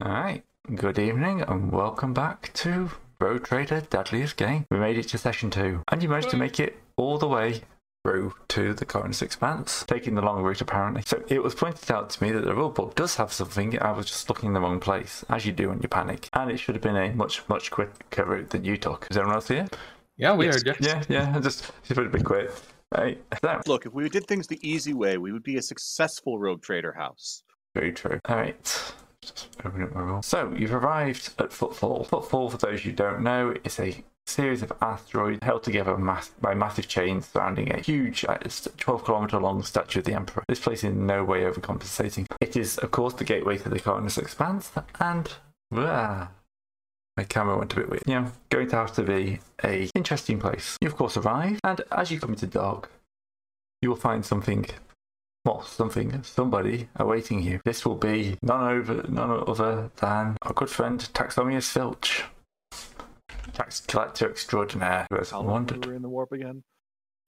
All right. Good evening and welcome back to Road Trader Dudley's game. We made it to session two, and you managed to make it all the way through to the Coroner's Expanse, taking the long route apparently. So it was pointed out to me that the rulebook does have something. I was just looking in the wrong place, as you do when you panic, and it should have been a much much quicker route than you took. Is everyone else here? Yeah, we Yes. are. Yeah. Yeah, yeah. I just it would have been quick. Right. So, Look, if we did things the easy way, we would be a successful rogue trader house. Very true. All right. Just open up my roll. So you've arrived at Footfall. Footfall, for those you don't know, is a series of asteroids held together mass- by massive chains surrounding a huge, uh, s- 12 kilometer long statue of the Emperor. This place is in no way overcompensating. It is, of course, the gateway to the Cardinus Expanse, and Ah, my camera went a bit weird. Yeah, going to have to be a interesting place. You, of course, arrive, and as you come into dock, you will find something well, something, somebody awaiting you. This will be none over, none other than our good friend Taxomius Filch, tax collector extraordinaire, who has How long we wandered were in the warp again?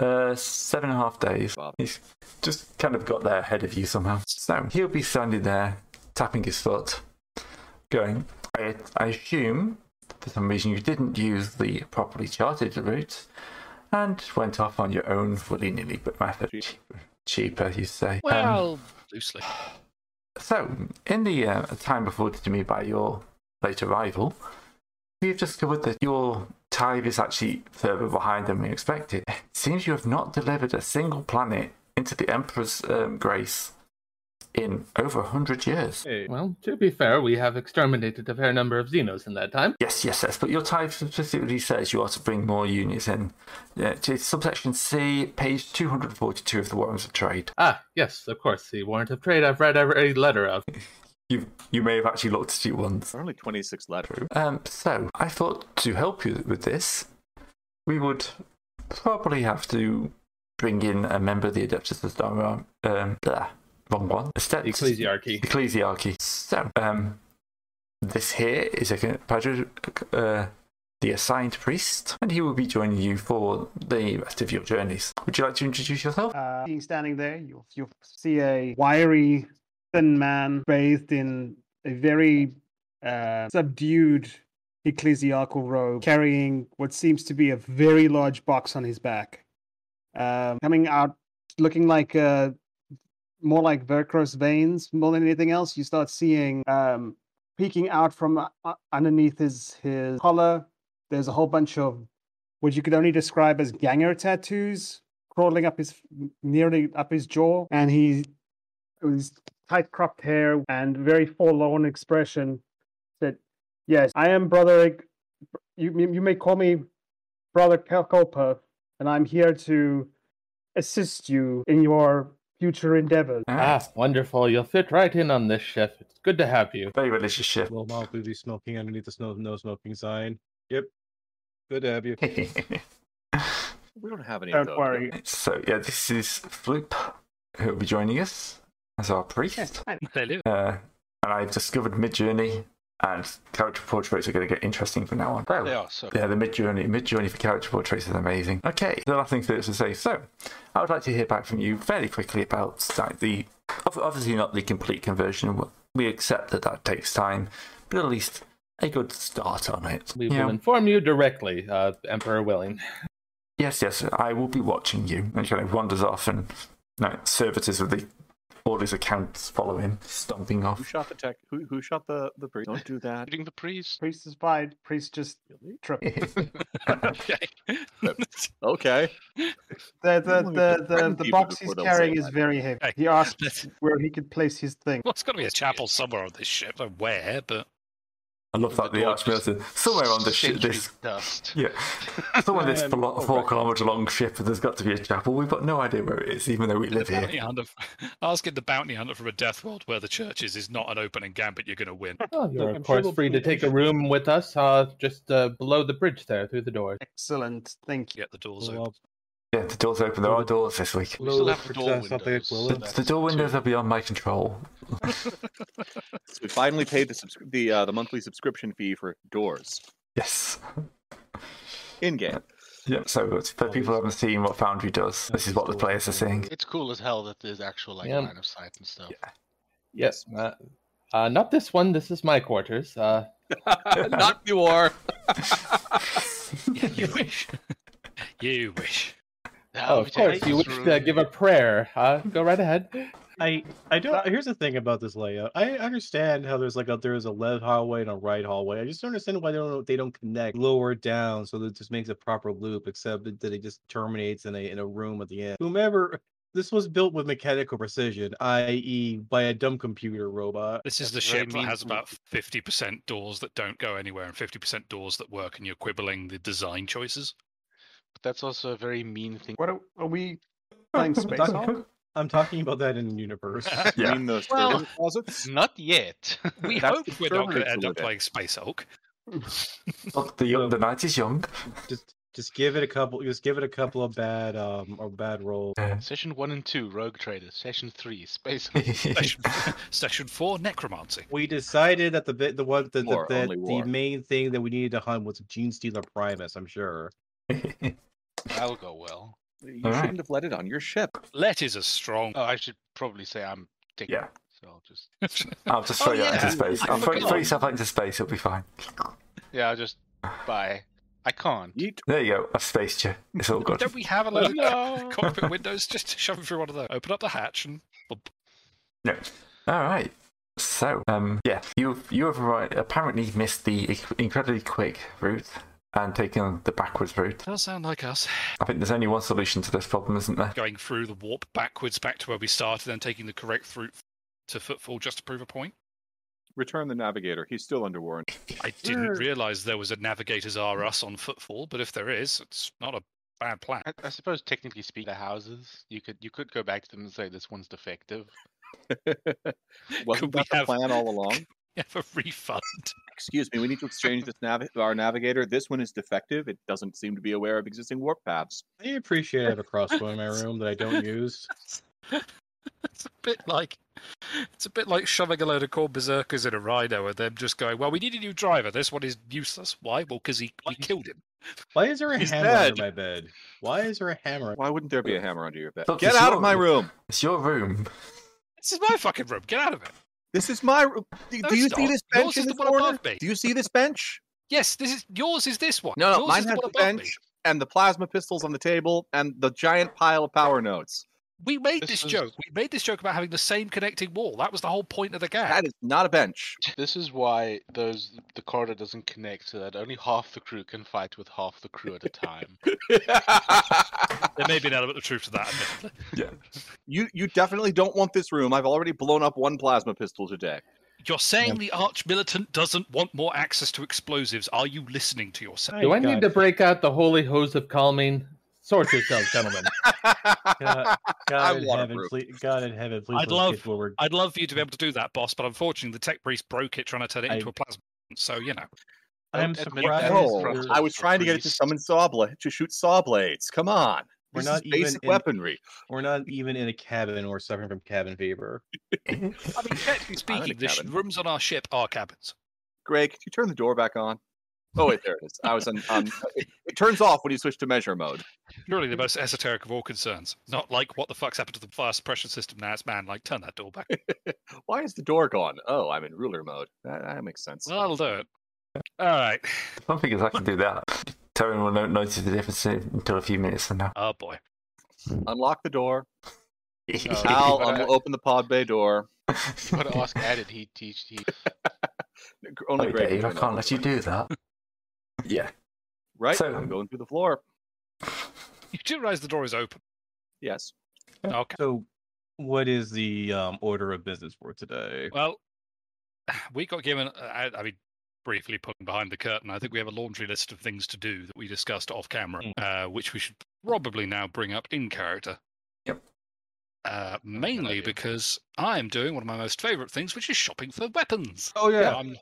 uh, seven and a half days. Bob. He's just kind of got there ahead of you somehow. So he'll be standing there, tapping his foot, going, I, I assume for some reason you didn't use the properly charted route and went off on your own willy nilly method. Cheaper, cheaper, you say. Um, Well, loosely. so, in the uh, time afforded to me by your late arrival, you've discovered that your tithe is actually further behind than we expected. It seems you have not delivered a single planet into the Emperor's um, grace in over a 100 years. Hey, Well, to be fair, we have exterminated a fair number of Xenos in that time. Yes, yes, yes, but your tithe specifically says you are to bring more units in. Yeah, it's subsection C, page 242 of the Warrants of Trade. Ah, yes, of course. The warrant of trade I've read every letter of. You, you may have actually looked at it once. there are only 26 letters. Um, so I thought to help you with this, we would probably have to bring in a member of the Adeptus Astarma. Um, blah, wrong one. Astex- Ecclesiarchy. Ecclesiarchy. So, um, this here is a con- padre, uh, the assigned priest, and he will be joining you for the rest of your journeys. Would you like to introduce yourself? Uh, being standing there, you'll, you'll see a wiry, thin man bathed in a very uh, subdued ecclesiarchal robe, carrying what seems to be a very large box on his back. Um, coming out looking like uh, more like Vercros veins more than anything else, you start seeing um, peeking out from uh, uh, underneath his, his collar. There's a whole bunch of what you could only describe as ganger tattoos crawling up his f- nearly up his jaw, and he with his tight cropped hair and very forlorn expression said, "Yes, I am brother. Ig- You you you may call me brother Kalkopa, and I'm here to assist you in your future endeavors." Ah, wonderful. You'll fit right in on this, chef. It's good to have you. Very religious ship. Will mildly be smoking underneath the snow, no smoking sign. Yep. Good to have you. We don't have any. of Don't those. worry. so yeah, this is Floop, who will be joining us as our priest. Yes, I- Hello. Uh, and I've discovered Mid Journey and character portraits are going to get interesting from now on. So, They are so. yeah, the Mid Journey, Mid Journey for character portraits is amazing. Okay, the last thing for us to say. So, I would like to hear back from you fairly quickly about like, the ob- obviously not the complete conversion. We accept that that takes time, but at least a good start on it. We Yeah. will inform you directly, uh, Emperor willing. Yes, yes, I will be watching you. And he kind of wanders off, and no, servitors with the all his accounts follow him, stomping Who off. shot the tech? Who, who shot the, the priest? Don't do that. Shooting the priest. priest is fine. Priest just Really? tripped. okay. Okay. The the Normally the threaten the, the people box he's before they'll say carrying is that. very heavy. Hey, He asked that's- where he could place his thing. Well, it's got to be a chapel somewhere on this ship. I don't know where, but I love that the door just archmilton somewhere on this ship, stingy this dust. Yeah. Someone this Um, blo- all four right. kilometre long ship, there's got to be a chapel. We've got no idea where it is, even though we live The bounty here. hunter, asking the bounty hunter from a death world where the church is is not an open gambit you're going to win. Oh, you're, I'm of sure course, we'll free to be take a patient. room with us uh, just uh, below the bridge there through the door. Excellent. Thank you. Yet the doors Well, open. Yeah, the doors open. There are doors this week. We still Well, have the door that's something windows. we'll The, Well, the door windows are beyond my control. So we finally paid the subscri- the uh, the monthly subscription fee for doors Yes. in game. Yep. So it's- for people who haven't seen what Foundry does, this is what the players are seeing. It's cool as hell that there's actual like Yeah. line of sight and stuff. Yeah. Yes. Uh, Uh, not this one. This is my quarters. Uh, Not your. you wish. you wish. oh, of course, you wish to give a prayer. Uh, go right ahead. I I don't. Here's the thing about this layout. I understand how there's like a there is a left hallway and a right hallway. I just don't understand why they don't they don't connect lower down so that it just makes a proper loop. Except that it just terminates in a in a room at the end. Whomever this was built with mechanical precision, i.e., by a dumb computer robot. This is the That's ship very that has meaningful. about 50% doors that don't go anywhere and 50% doors that work, and you're quibbling the design choices. That's also a very mean thing. What are, are we playing Space Hulk? I'm talking about that in universe. Yeah. Mean those Well- storage closets. Not yet. We That's hope we're not going conservative to end to up look at. playing Space Hulk. Look, the, young, the night is young. just just give it a couple. Just give it a couple of bad um or bad rolls. Session one and two, Rogue Trader. Session three, Space. Session, session four, Necromancy. We decided that the bit, the one that the, War, that only the war. main thing that we needed to hunt was Gene Stealer Primus. I'm sure. That'll go well. You All right. shouldn't have let it on your ship. Let is a strong. Oh, I should probably say I'm taking. Yeah. So I'll just. I'll just Oh, throw you out yeah. into space. I'll throw, forgot. throw yourself out into space. It'll be fine. Yeah, I'll just buy. I can't. Yeet. There you go. I've spaced you. It's all good. Don't we have a load of No. cockpit windows? Just shove them through one of those. Open up the hatch and No. All right. So, um, yeah, you you have arri- apparently missed the incredibly quick route and taken the backwards route. does sound like us. I think there's only one solution to this problem, isn't there? Going through the warp backwards back to where we started and taking the correct route to footfall just to prove a point. Return the navigator. He's still under warranty. I didn't Sure. realize there was a Navigators R Us on footfall, but if there is, it's not a bad plan. I, I suppose technically speaking, the houses you could you could go back to them and say this one's defective. Wasn't we that the have- plan all along? Have a refund. Excuse me. We need to exchange this navi- our navigator. This one is defective. It doesn't seem to be aware of existing warp paths. I appreciate I have a crossbow in my room that I don't use. It's a bit like it's a bit like shoving a load of corn berserkers in a rhino and them just going, "Well, we need a new driver. This one is useless. Why? Well, because he we killed him." Why is there a He's hammer dead. under my bed? Why is there a hammer? Why wouldn't there be a hammer under your bed? Look, Get it's out of your- my room. It's your room. This is my fucking room. Get out of it. This is my room. Do, No, do you it's see not. this Yours bench is in the this one corner? above me. Do you see this bench? Yes, this is yours. Is this one? No, no, Yours mine is has one the above me. bench and the plasma pistols on the table and the giant pile of power notes. We made This this, is- joke. We made this joke about having the same connecting wall. That was the whole point of the game. That is not a bench. This is why those the corridor doesn't connect, so that only half the crew can fight with half the crew at a time. There may be an element of truth to that. admittedly. you you definitely don't want this room. I've already blown up one plasma pistol today. You're saying the arch militant doesn't want more access to explosives. Are you listening to yourself? Do I need to break out the holy hose of calming? Sort yourselves, gentlemen. God, God, in want a heaven, roof. please, God in heaven, please. I'd let's love- get to what we're- I'd love for you to be able to do that, boss, but unfortunately, the tech priest broke it trying to turn it I- into a plasma. So you know, I'm Don't admit surprised. that. No, from we're- I was trying to get it to Priest. summon saw blade to shoot saw blades. Come on. We're This is not even basic in- weaponry. We're not even in a cabin or suffering from cabin fever. I mean, technically I'm in a speaking, the sh- cabin. rooms on our ship are cabins. Greg, could you turn the door back on? Oh wait, there it is. I was on. on it, it turns off when you switch to measure mode. Surely the most esoteric of all concerns. Not like what the fuck's happened to the fire suppression system now? It's man, like turn that door back. Why is the door gone? Oh, I'm in ruler mode. That, that makes sense. Well, I'll do it. All right. Some figures I can do that. Taryn will not notice the difference until a few minutes from now. Oh boy. Unlock the door. Uh, Oh, Al, but um, I- open the pod bay door. You gotta ask added he teach he Gr- Only Wait, Greg Dave, can I turn can't off let the you door. do that. Yeah. Right, So- I'm going through the floor. You do realize the door is open. Yes. Okay. So, what is the um, order of business for today? Well, we got given. uh, I, I mean, briefly putting behind the curtain, I think we have a laundry list of things to do that we discussed off camera, uh, which we should probably now bring up in character. Yep. Uh, mainly idea. because I am doing one of my most favorite things, which is shopping for weapons. Oh yeah, Um,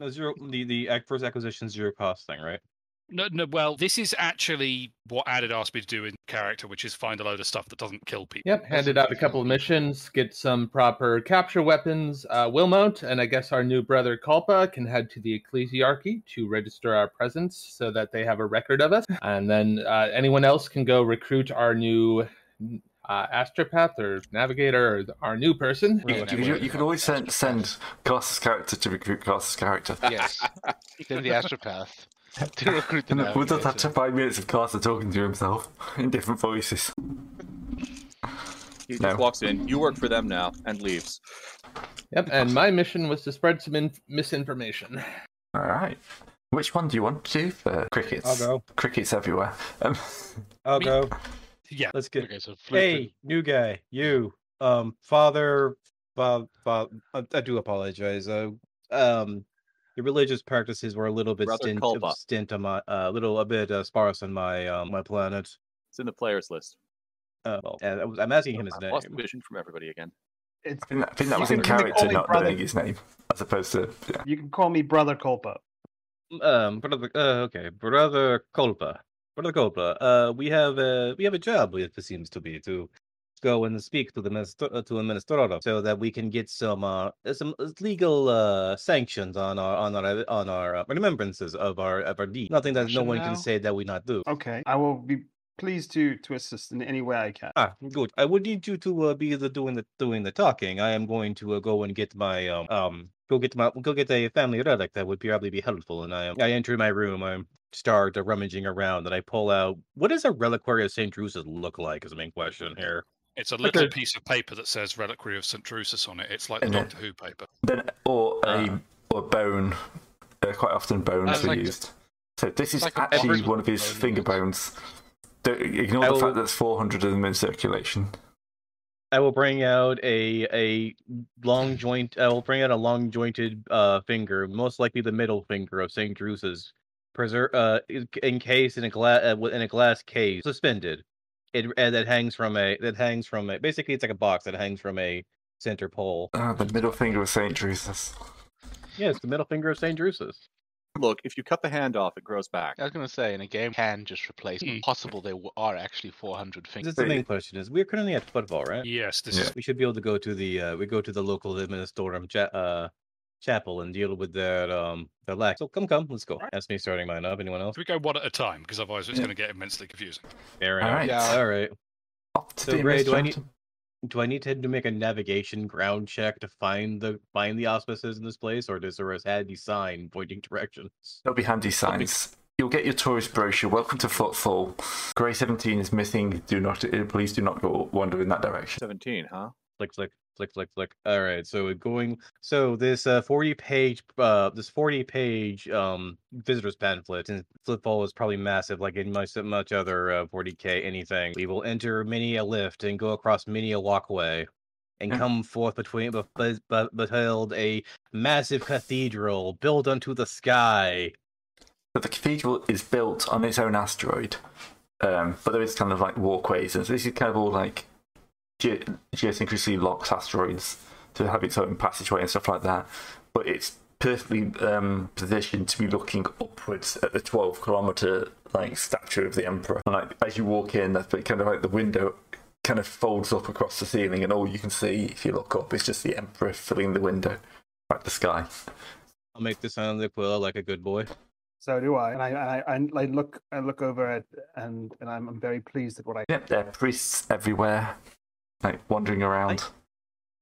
no, zero, the the ac- first acquisition zero cost thing, right? no, no, well, this is actually what Added asked me to do in character, which is find a load of stuff that doesn't kill people. Yep, handed out a couple of missions, get some proper capture weapons. Uh, Wilmot and I guess our new brother Culpa can head to the Ecclesiarchy to register our presence so that they have a record of us. And then uh, anyone else can go recruit our new uh, astropath or navigator or th- our new person. You, you, you, you can always send send Colossus character to recruit Colossus character. Yes. Then the astropath to recruit the And we'll just have to navigator. five minutes of Colossus talking to himself in different voices. He just No. walks in. You work for them now, and leaves. Yep, and my mission was to spread some in- misinformation. All right. Which one do you want to do for crickets? I'll go. Crickets everywhere. Um, I'll Me- go. Yeah. Let's get. Okay, so Fluke Hey, new guy, you. Um, father, Bob, Bob. I, I do apologize. Uh, um, your religious practices were a little bit Brother stint, Culpa. stint on my, a little, a bit uh, sparse on my, um, my planet. It's in the players list. Uh, well, and I was- I'm asking him his I've name. lost vision from everybody again. It's, I think that, I think that You was in can- you can call character, me not brother. knowing his name, as opposed to yeah. you can call me Brother Culpa. Um, brother, uh, okay, brother Culpa, brother Culpa. Uh, we have a we have a job. It seems to be to go and speak to the minister uh, to a ministro so that we can get some uh some legal uh sanctions on our on our on our uh, remembrances of our of our deed. Nothing that no Action one now? can say that we not do. Okay, I will be pleased to to assist in any way I can. Ah, good. I would need you to uh, be the doing the doing the talking. I am going to uh, go and get my um um go get my go get a family relic that would probably be helpful. And I am I enter my room. I start uh, rummaging around, and I pull out what does a reliquary of Saint Drusus look like? Is the main question here. It's a Like little a- piece of paper that says Reliquary of St. Drusus on it. It's like the And then- Doctor Who paper. then or a Ah. or bone. Uh, quite often bones I'd are like to- used. So this is like a actually bone. one of his Bone finger is- bones. Don't, ignore I the will- fact that there's 400 of them in circulation. I will bring out a a long joint. I will bring out a long jointed uh finger, most likely the middle finger of Saint Drusus, preser- uh en- encased in a glass uh, wi- in a glass case, suspended. It uh, that hangs from a that hangs from a basically it's like a box that hangs from a center pole. Ah, the middle finger of Saint Drusus. Yeah, it's the middle finger of Saint Drusus. Look, if you cut the hand off, it grows back. I was gonna say in a game can just replace. Hmm. Possible there w- are actually 400 This is fingers. the Hey. main question: is we're currently at football, right? Yes, this is We should be able to go to the uh, we go to the local administorum cha- uh, chapel and deal with their um their lack. So come come, let's go. That's me starting mine up. Anyone else? Should we go one at a time? Because otherwise it's Yeah. going to get immensely confusing. Fair All enough. right. Yeah. All right. Up to So, the Ray, do I administrator. Do I need to, to make a navigation ground check to find the find the auspices in this place, or does there had the sign pointing directions? There'll be handy signs. You'll get your tourist brochure. Welcome to Footfall. Grey 17 is missing. Do not, uh, please do not go wander in that direction. Seventeen, huh? Flick, flick, flick, flick, flick. All right. So it going. So this uh, forty page uh this forty page um visitors pamphlet and Flipfall is probably massive, like in much much other uh, forty k anything. We will enter many a lift and go across many a walkway. And Yeah. come forth between but but but beheld a massive cathedral built unto the sky. But the cathedral is built on its own asteroid. Um, but there is kind of like walkways, and so this is kind of all like ge- geosyncrasy locks asteroids to have its own passageway and stuff like that. But it's perfectly um, positioned to be looking upwards at the 12 kilometer like statue of the emperor. And like as you walk in, that's like, kind of like the window kind of folds up across the ceiling, and all you can see if you look up is just the emperor filling the window, like the sky. I'll make the sound of the quill like a good boy. So do I, and I I, I, I look I look over at and and I'm, I'm very pleased at what I. Yep, there are priests everywhere, like wandering around.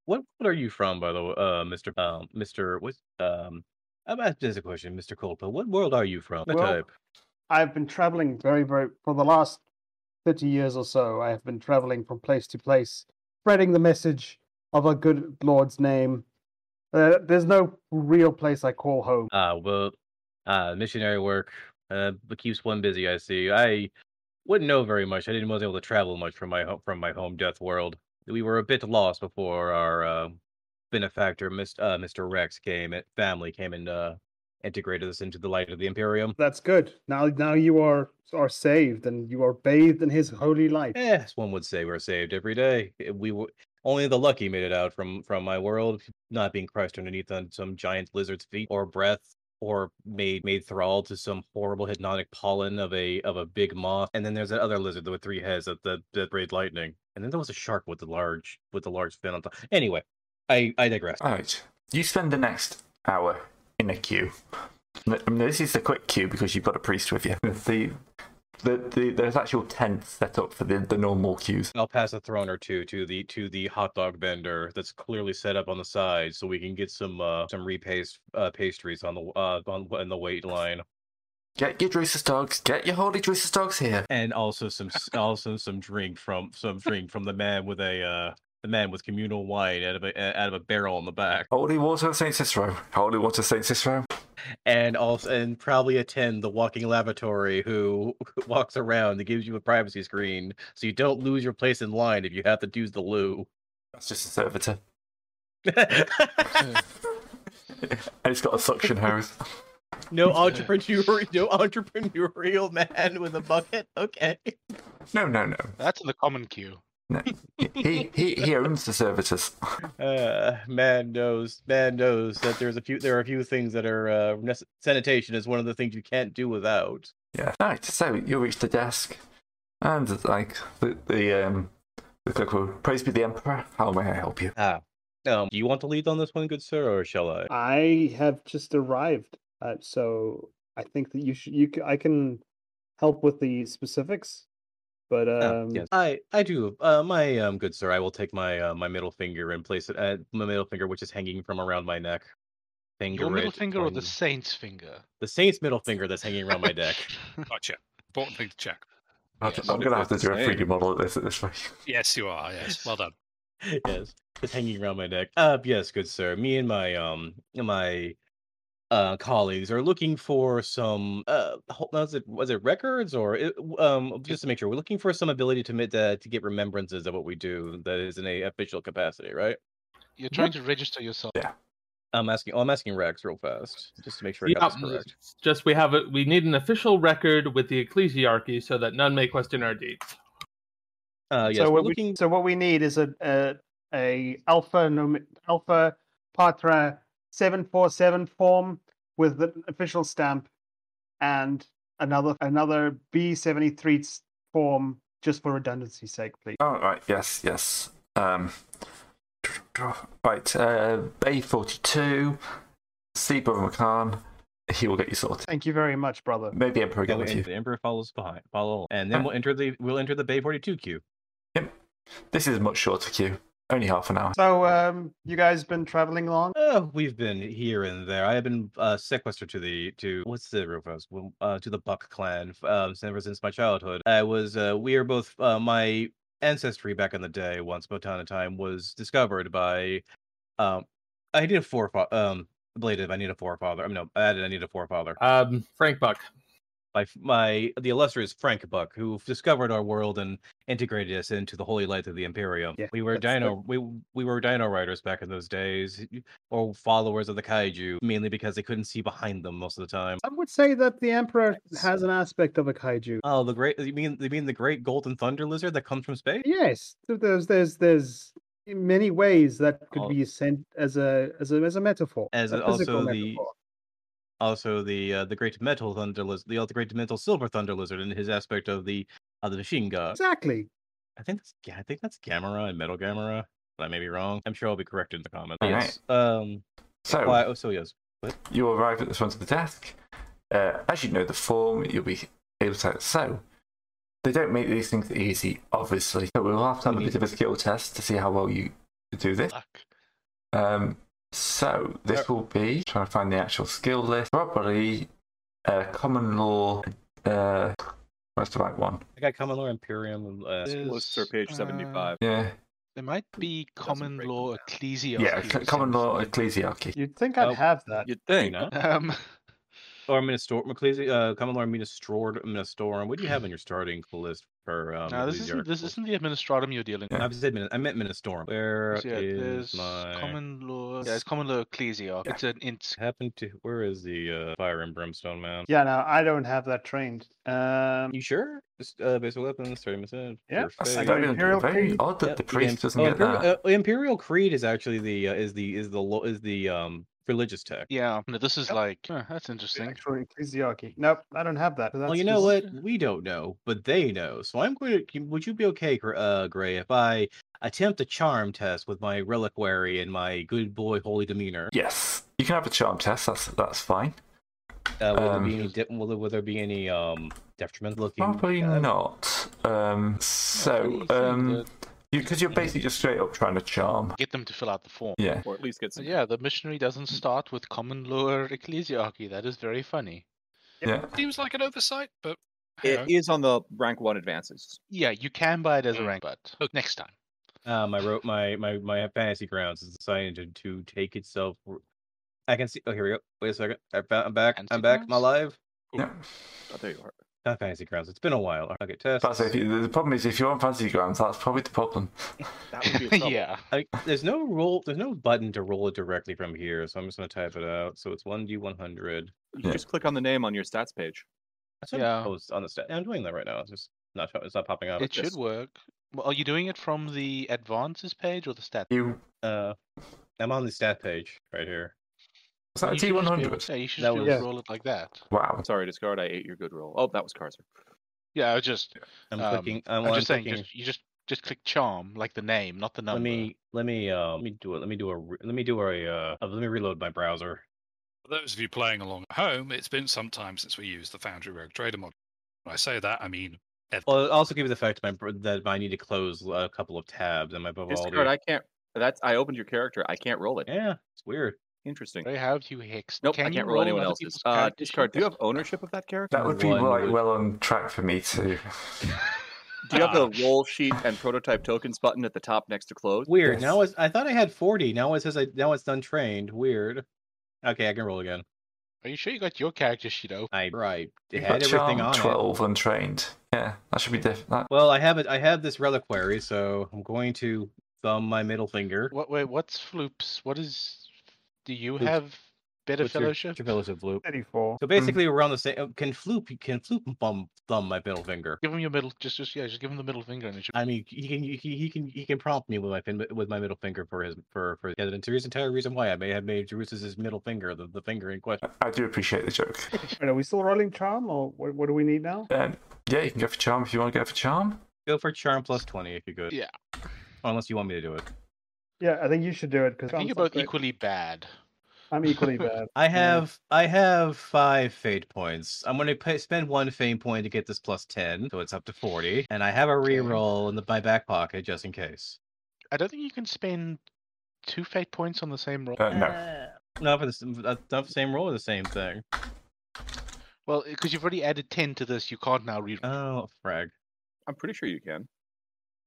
What what are you from, by the way, uh, Mister um, Mister what um. I'm asking this a question, Mr. Colpa. What world are you from? What Well, type? I've been traveling very very for the last thirty years or so. I have been traveling from place to place, spreading the message of our good Lord's name. Uh, there's no real place I call home. Ah, well, uh, missionary work uh, but keeps one busy. I see. I wouldn't know very much. I didn't wasn't able to travel much from my home from my home death world. We were a bit lost before our uh, benefactor, Mr. Uh, Mr. Rex, came. and Family came and uh, integrated us into the light of the Imperium. That's good. Now now you are are saved and you are bathed in His holy light. Eh, as one would say we're saved every day. Eh, We were only the lucky made it out from from my world, not being crushed underneath on some giant lizard's feet or breath, or made made thrall to some horrible hypnotic pollen of a of a big moth. And then there's that other lizard with three heads that that, that braid lightning. And then there was a shark with the large with the large fin on top. Anyway, I I digress. All right, you spend the next hour in a queue. I mean, this is the quick queue because you've got a priest with you. The the, the, there's actual tents set up for the, the normal queues. I'll pass a throne or two to the to the hot dog vendor that's clearly set up on the side, so we can get some uh, some repaste uh, pastries on the uh, on in the wait line, Get your Drusus dogs. Get your holy Drusus dogs here. and also some s- also some drink from some drink from the man with a uh, the man with communal wine out of a uh, out of a barrel on the back, Holy water of Saint Cicero. Holy water of Saint Cicero. and also and probably attend the walking lavatory who walks around and gives you a privacy screen, so you don't lose your place in line if you have to use the loo. That's just a servitor. Yeah. and it's got a suction hose. No entrepreneurial, no entrepreneurial man with a bucket. Okay. No, no, no. That's in the common queue. He he, he owns the servitors. Uh, man knows, man knows that there's a few. There are a few things that are uh, nece- sanitation is one of the things you can't do without. Yeah. Right. So you reach the desk, and it's like the the um the clerk will praise be the emperor. How may I help you? Ah. Um, do you want to lead on this one, good sir, or shall I? Ah, I have just arrived, uh, so I think that you should. You c- I can help with the specifics, but Ah, um, yes. I I do. Uh, my um, good sir, I will take my uh, my middle finger and place it at my middle finger, which is hanging from around my neck. Finger Your middle it finger or the on- saint's finger? the saint's middle finger that's hanging around my neck. Gotcha. Important thing to check. I'm Yes. I'm gonna have to do a Same. 3D model at this at this point. Yes, you are. Yes. Well done. yes, it's hanging around my neck. Uh, yes, good sir. Me and my um my uh colleagues are looking for some uh ho- was it was it records or it, w- um just to make sure we're looking for some ability to mit, uh, to get remembrances of what we do that is in a official capacity, right? You're trying to register yourself. I'm asking. Oh, I'm asking Rex real fast just to make sure I Yeah, got mm, this correct. it's just we have it. We need an official record with the ecclesiarchy so that none may question our deeds. Uh, yes, so we're what looking. we so what we need is a a, a alpha nom- alpha patra seven four seven form with an official stamp, and another another B seventy three form just for redundancy's sake, please. Oh right, yes, yes. Um, right, uh, Bay Forty Two, see Brother McCann. He will get you sorted. Thank you very much, brother. Maybe Emperor will get yeah, we- with and you. the emperor follows behind. Follow, and then Huh. we'll enter the we'll enter the Bay 42 queue. This is a much shorter queue. Only half an hour. So um, you guys been traveling long? Oh, we've been here and there. I have been uh, sequestered to the to what's the Rufus? Well, Uh, to the Buck clan f- um, s- ever since my childhood. I was uh, we are both uh, my ancestry back in the day. Once upon a time was discovered by um, I need a forefather. Um, bladed. I need a forefather. I mean, no, added. I need a forefather. Um, Frank Buck. My f- my the illustrious Frank Buck, who discovered our world and integrated us into the holy light of the Imperium. Yeah, we were that's the- dino we w- we were dino riders back in those days, y- or followers of the kaiju, mainly because they couldn't see behind them most of the time. I would say that the emperor has an aspect of a kaiju. Oh, the great you mean you mean the great golden thunder lizard that comes from space? Yes, th- there's there's there's many ways that could Al- be sent as a as a as a metaphor, As a also physical the- metaphor. Also, the uh, the great metal thunder lizard, the, uh, the great metal silver thunder lizard, and his aspect of the of the machine god. Exactly. I think that's Ga- I think that's Gamera and Metal Gamera. but I may be wrong. I'm sure I'll be corrected in the comments. All right. yes. Um. So why- oh, so yes. you arrive at the front of the desk. Uh, as you know the form, you'll be able to. So they don't make these things easy, obviously. So we'll have to have a bit of a skill test to see how well you do this. Fuck. Um, so this will be trying to find the actual skill list. Probably uh, common law. Uh, where's the right one? I got Common Law Imperium. and, Uh, There's, Lists are page uh, 75. Yeah, There might be common break law them down. ecclesiarchy. yeah. or c- Common law something. ecclesiarchy. You'd think I'd Oh, have that. You'd you think. know? Um, Or Ministor, Ecclesi- uh, Common Law Ministrorum, Ministorum. What do you have on your starting list for? Um, no, this ecclesiarchal isn't this list? isn't the administratum you're dealing Yeah. I said min- I meant Ministorum. Where is with. Yeah, there's my? common law. Yeah, it's common law ecclesiarchy. It's an int. Happened to where is the uh, fire and brimstone man? Yeah, no, I don't have that trained. Um, You sure? Just, uh, basic weapons, starting method. Yeah, your That's faith. got very, Imperial very Creed. odd that Yep, the you priest can- doesn't oh, get Imper- that. uh, Imperial Creed is actually the uh, is the is the lo- is the um religious text. Yeah, no, this is Yep. like huh, that's the interesting. actual ecclesiarchy. Nope, I don't have that. well, you know what? We don't know, but they know. So I'm going to. Would you be okay, Gr- uh, Gray, if I attempt a charm test with my reliquary and my good boy holy demeanor? Yes, you can have a charm test. That's that's fine. Uh, will, Um, there be any de- will, there, will there be any um detriment looking? Probably uh, not. Um, so, think um, that- because you're basically just straight up trying to charm. Get them to fill out the form. Yeah. or at least get So some. yeah, the missionary doesn't start with common lore ecclesiarchy. That is very funny. Yeah. Seems like an oversight, but hey-ho. It is on the rank one advances. Yeah, you can buy it as a Mm. rank, but next time. Um, I wrote my my my fantasy grounds is deciding to, to take itself. r- I can see. Oh, here we go. Wait a second. I found, I'm back. Fantasy I'm back. I'm grounds? alive. yeah. Oh, there you are. Not fantasy grounds. It's been a while. Okay, test. That's if you, the problem is if you're on fantasy grounds, that's probably the problem. That would be a problem. yeah. I, there's no roll. There's no button to roll it directly from here, so I'm just gonna type it out. So it's one d one hundred. You Yeah. Just click on the name on your stats page. That's what Yeah. yeah. post on the stat. I'm doing that right now. It's just not. show- It's not popping up. It should Just, work. Well, are you doing it from the advances page or the stat? You Uh, I'm on the stat page right here. was that a You should just be able- T100? Yeah, you should That just be able was- to roll it like that. Wow. Sorry, discard. I ate your good roll. Oh, that was Carcer. Yeah, I was just. I'm um, clicking. I'm, I'm I'm just saying, clicking- just, you just just click charm, like the name, not the number. let me let me uh, let me do it. Let me do a re- let me do a uh, uh, let me reload my browser. For those of you playing along at home, it's been some time since we used the Foundry Rogue Trader model. When I say that, I mean Well, it also gives the fact that my br- that I need to close a couple of tabs and my Vivaldi. Discard. I can't. That's. I opened your character. I can't roll it. Yeah, it's weird. Interesting. They have you hexed. Nope, Can I can't you roll anyone other else's. people's Uh, characters? discard. Do you have ownership of that character? That would be One like would- well on track for me too. Do you have the Ah. roll sheet and prototype tokens button at the top next to close? Weird. Yes. Now it's I thought I had forty. Now it says I now it's untrained. Weird. Okay, I can roll again. Are you sure you got your character sheet open? I right. It But had everything charm on it. 12 untrained. Yeah, that should be diff- that, Well, I have it. I have this reliquary, so I'm going to thumb my middle finger. What? Wait, what's Floops? What is? Do you Floops. have better with your- fellowship? your relative loop. 34. So basically, we're on the same. Can floop? Can floop thumb thumb my middle finger? Give him your middle. Just, just yeah, just give him the middle finger and it should. I mean, he can he, he can he can prompt me with my fin, with my middle finger for his for for yeah, the serious entire reason why I may have made Jerusas his middle finger the, the finger in question. I do appreciate the joke. Wait, are we still rolling charm or what, what do we need now? Um, yeah, you can go for charm if you want to go for charm. Go for charm plus twenty if you could. Yeah. Unless you want me to do it. Yeah, I think you should do it because I think you're both equally bad. I'm equally bad. I Yeah. have I have five fate points. I'm going to pay, spend one fame point to get this plus ten, so it's up to forty. And I have a Okay. reroll in the, my back pocket just in case. I don't think you can spend two fate points on the same roll. Uh, no. Uh, Not for the s- not for the same roll or the same thing. Well, because you've already added ten to this, you can't now read. Oh, frag. I'm pretty sure you can.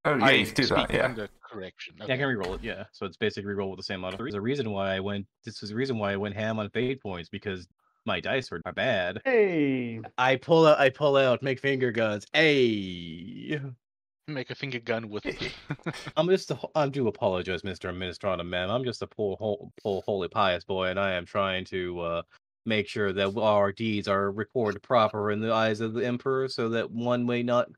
Oh, yeah, I you can do that, speak yeah. Under correction. Yeah, I okay. can reroll it. Yeah, so it's basically reroll with the same model. There's a reason why I went. This was the reason why I went ham on fade points because my dice were are bad. Hey, I pull out. I pull out. Make finger guns. Hey, Make a finger gun with it. I'm just. a- I do apologize, Mister Administrator, ma'am. I'm just a poor, whole, poor, holy, pious boy, and I am trying to uh, make sure that our deeds are recorded proper in the eyes of the emperor, so that one may not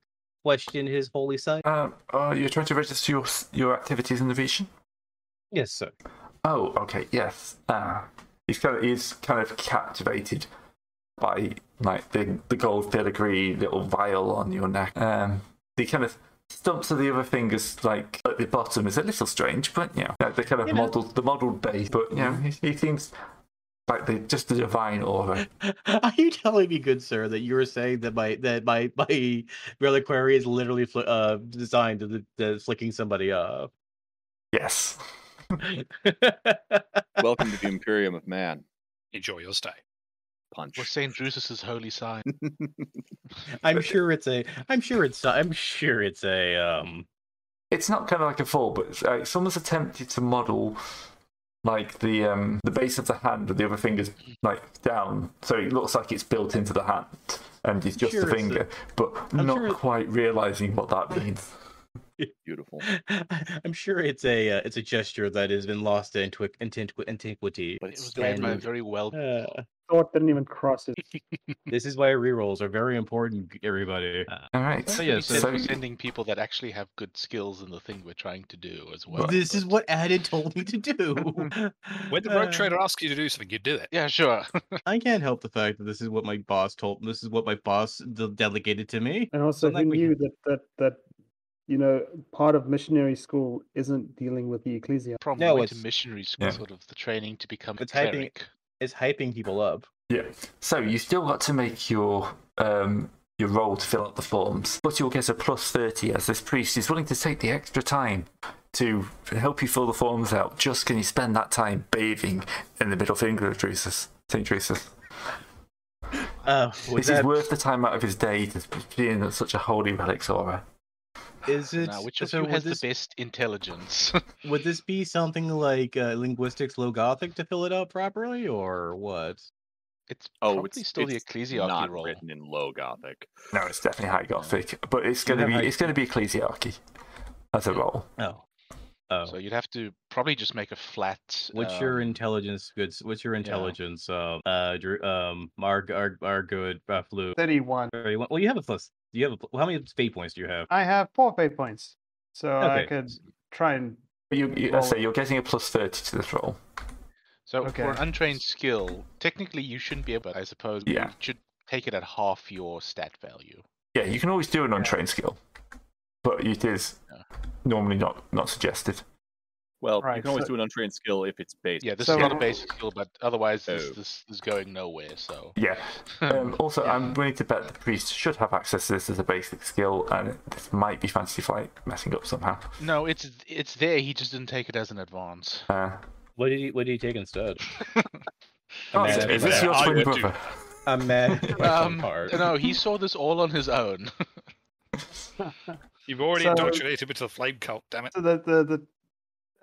question his holy site. Um, uh, you're trying to register your s- your activities in the region. Yes, sir. Oh, okay, yes. Uh, he's kind of he's kind of captivated by like the the gold filigree little vial on your neck. Um, the kind of stumps of the other fingers like at the bottom is a little strange, but you know they're- they're kind of You know- modelled the modelled base. But you know he, he seems like the just the divine aura. Are you telling me, good sir, that you were saying that my that my my reliquary is literally fl- uh, designed to, the, to flicking somebody off? Yes. Welcome to the Imperium of Man. enjoy your stay. Punch. What's Saint Drusus's holy sign? I'm sure it's a. I'm sure it's. a- I'm sure it's a. Um. it's not kind of like a fall, but it's, uh, someone's attempted to model like the um, the base of the hand with the other fingers like down, so it looks like it's built into the hand and it's just Sure, the it's a- finger, but I'm not sure it- quite realizing what that means. Beautiful. I'm sure it's a. Uh, it's a gesture that has been lost into antiqu- antiquity. But It it's was made by a standard. very well. Uh, thought didn't even cross it. this is why rerolls are very important, everybody. Uh, All right. So So Oh, yeah, yeah, so- so- we're sending people that actually have good skills in the thing we're trying to do as well. this is but- what Adid told me to do. When the rogue Uh, trader asks you to do something, you do it. Yeah, sure. I can't help the fact that this is what my boss told. This is what my boss de- delegated to me. And also, like who we- knew that, that, that, you know, part of missionary school isn't dealing with the ecclesia? From No, no, it's- to missionary school, Yeah. sort of the training to become The a typing- cleric. It's hyping people up. Yeah. So you still got to make your um your roll to fill out the forms, but you'll get a plus thirty as this priest is willing to take the extra time to help you fill the forms out. Just can you spend that time bathing in the middle finger of Jesus, Saint Jesus? Uh, was This that, is worth the time out of his day to be in such a holy relics aura. is it? Now, which of so you would has this, the best intelligence? Would this be something like uh, linguistics, low Gothic, to fill it out properly, or what? it's Oh, probably it's still it's the ecclesiarchy not role. written in Low Gothic. No, it's definitely high gothic, but it's gonna be it's gonna be ecclesiarchy as a role. Oh, oh. So you'd have to probably just make a flat. What's your um, intelligence? Good. What's your intelligence? Um, uh, Dr- um, our our our good uh, flu. 31. Very Well, well, you have a plus. Do you have a? pl- How many fate points do you have? I have four fate points, so I Okay. could try and. But you, you I say you're getting a plus thirty to this role. So Okay. for an untrained skill, technically you shouldn't be able. I suppose Yeah. you should take it at half your stat value. Yeah, you can always do an untrained skill, but it is Yeah. normally not not suggested. Well, Right, you can always so- do an untrained skill if it's based. Yeah, this So- is not a basic skill, but otherwise this, Oh. this is going nowhere. So Yeah. Hmm. Um, also, I'm willing to bet the priest should have access to this as a basic skill, and this might be Fantasy Flight messing up somehow. no, it's it's there. He just didn't take it as an advance. Uh, What did he What did he take instead? oh, mad is, at is that. this your I twin would too. brother? I'm mad. at my own Um, part. no, he saw this all on his own. You've already So- indoctrinated him into the flame cult, damn it. So the the the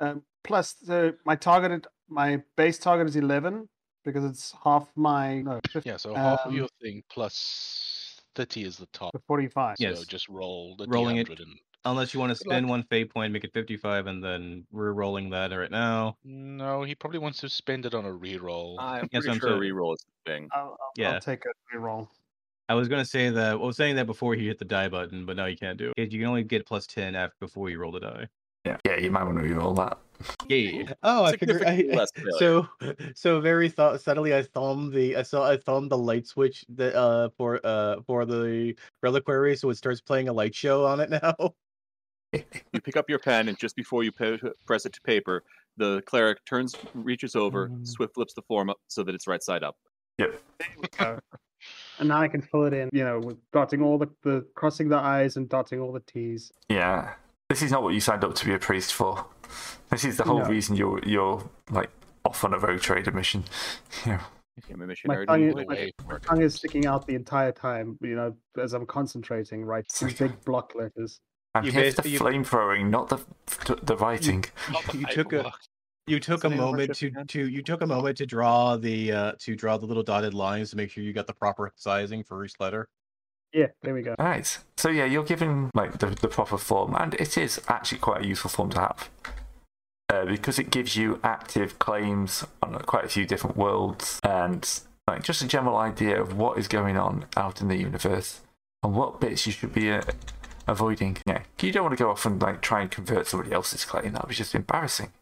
um, plus the, my targeted my base target is eleven because it's half my no yeah, so half of Um, your thing plus thirty is the top. forty five. Yes. So just roll the Rolling it. D100 and Unless you want to luck. spend one fate point, make it fifty-five, and then we're rolling that right now. No, he probably wants to spend it on a reroll. I'm Yes, pretty I'm sure sorry. reroll is the thing. I'll, I'll, Yeah. I'll take a reroll. I was gonna say that. I was saying that before he hit the die button, but now you can't do it. 'Cause You can only get plus ten after before you roll the die. Yeah. yeah, you might want to reroll that. Yeah. Oh, I figured. I, Significantly less failure. so, so very th- subtly, I thumbed the. I saw. I thumbed the light switch that uh for uh for the reliquary, so it starts playing a light show on it now. you pick up your pen, and just before you pe- press it to paper, the cleric turns, reaches over, Mm-hmm. swift flips the form up so that it's right side up. And now I can fill it in, you know, with dotting all the, the crossing the I's and dotting all the T's. Yeah, this is not what you signed up to be a priest for. This is the whole No. reason you're you're like off on a rogue trader mission. Yeah. Yeah, my missionary tongue didn't is- do my- it. Way more Tongue is advanced. sticking out the entire time, you know, as I'm concentrating, right? Some big block letters. I'm You here for the basically- you- flame throwing, not the the writing. you took a you took the a name of our moment to ship again? to you took a moment to draw the uh to draw the little dotted lines to make sure you got the proper sizing for each letter. Yeah, there we go. Right. So yeah, you're given like the, the proper form, and it is actually quite a useful form to have uh, because it gives you active claims on quite a few different worlds and like just a general idea of what is going on out in the universe and what bits you should be uh, avoiding. Yeah, you don't want to go off and like try and convert somebody else's claim. That was just embarrassing.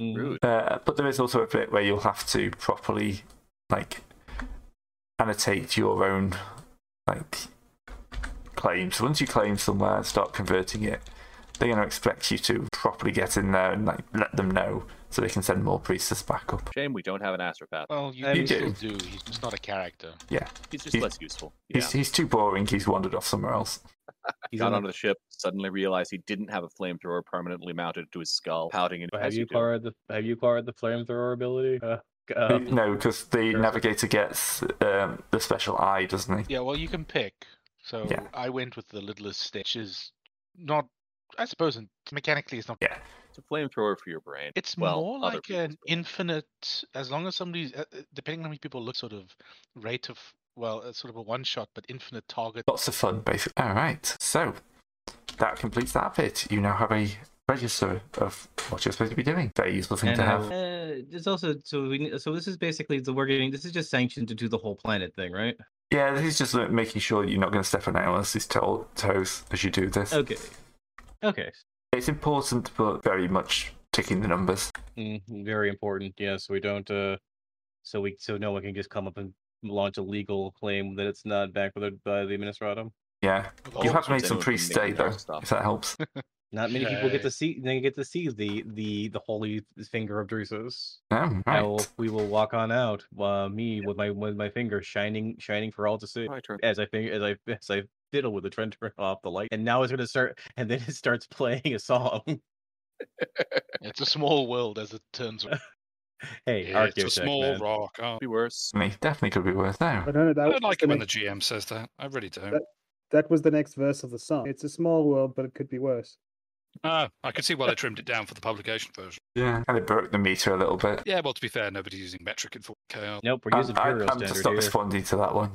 Rude. Uh, but there is also a bit where you'll have to properly like annotate your own like claims. Once you claim somewhere and start converting it, they're going to expect you to properly get in there and like let them know so they can send more priestess back up. Shame we don't have an astropath. Well, you, Um, you You still do. He's just not a character. He's just he's- less useful. Yeah. He's he's too boring. He's wandered off somewhere else. He's Got on onto the ship, suddenly realized he didn't have a flamethrower permanently mounted to his skull, pouting and the- as have you do. acquired the have you acquired the flamethrower ability? Uh, um, no, because the sure. navigator gets um, the special eye, doesn't he? Yeah, well, you can pick. So Yeah. I went with the littlest stitch. Is not, I suppose, in- mechanically it's not. Yeah. It's a flamethrower for your brain. It's Well, more other like people's an brain. infinite. As long as somebody's, uh, uh, depending on how many people look, sort of rate of well, uh, sort of a one shot, but infinite target. Lots of fun, basically. All right, so that completes that bit. You now have a register of what you're supposed to be doing. Very useful thing And to I have. will- uh, there's also so we ne- so this is basically the we're getting this is just sanctioned to do the whole planet thing, right? Yeah, this is just like, making sure you're not going to step on anyone else's to- toes as you do this. Okay. Okay. It's important, but very much ticking the numbers. Mm, very important. Yeah, so we don't uh so we so no one can just come up and launch a legal claim that it's not backed by the by the administratum. Yeah, Well, you Oh, have so made then some we can priests make stay that though, stuff. if that helps. Not many people get Okay. to see. They get to see the the the holy finger of Drusus. No, I will, right. we will walk on out. Uh, me with my with my finger shining shining for all to see. My turn. As I think as I as I fiddle with the trend turn off the light, and now it's gonna start. And then it starts playing a song. It's a small world as it turns out. hey, Yeah, it's a Archaeotech, small man. rock. Oh, Be worse. I mean, definitely could be worse. No. I don't know. That I was don't like the it when the next- GM says that. I really don't. That- That was the next verse of the song. It's a small world, but it could be worse. Ah, I can see why they trimmed it down for the publication version. Yeah. Kind of broke the meter a little bit. Yeah, well, to be fair, nobody's using metric in 4K. Nope, we're I'm, using I, Hero I'm just not standard here. responding to that one.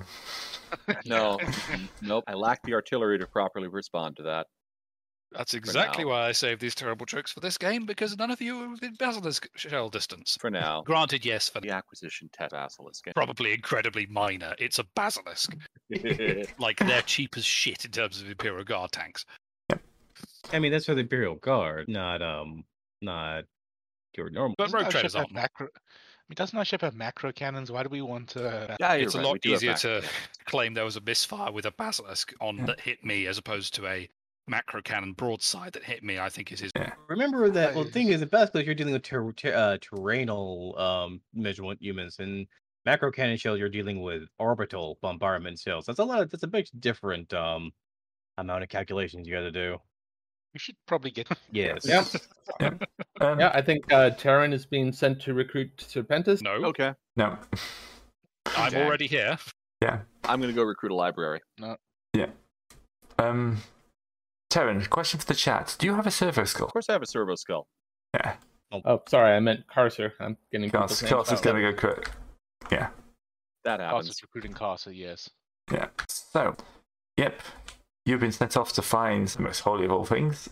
No, mhm, nope. I lack the artillery to properly respond to that. That's exactly now. why I saved these terrible tricks for this game because none of you are within Basilisk shell distance. For now, Granted, yes, for the acquisition test basilisk. probably incredibly minor. It's a basilisk. Like they're cheap as shit in terms of Imperial Guard tanks. I mean, that's for the Imperial Guard, not um, not your normal. But Doesn't rogue our ship traders have aren't. macro? I mean, doesn't our ship have macro cannons? Why do we want uh, yeah, you're it's right, a we lot do have easier back- to claim there was a misfire with a basilisk on Yeah. that hit me as opposed to a macro cannon broadside that hit me. I think it is. Remember that. Well, the thing Nice. is, in basically, you're dealing with ter- ter- uh, terrainal um, measurement units, and macro cannon shells, you're dealing with orbital bombardment shells. That's a lot. Of, that's a big different um, amount of calculations you got to do. We should probably get. Yes. Yeah. Um, Yeah, I think uh, Terran is being sent to recruit Serpentis. No, Okay, No. I'm Damn. already here. I'm gonna go recruit a library. Um, Terran, question for the chat. Do you have a servo skull? Of course, I have a servo skull. Yeah. Oh, sorry, I meant Carcer. I'm getting Kars Kars people's is names going out. to go quick. That happens. Carcer's recruiting Carcer, yes. Yeah. So, yep. You've been sent off to find the most holy of all things,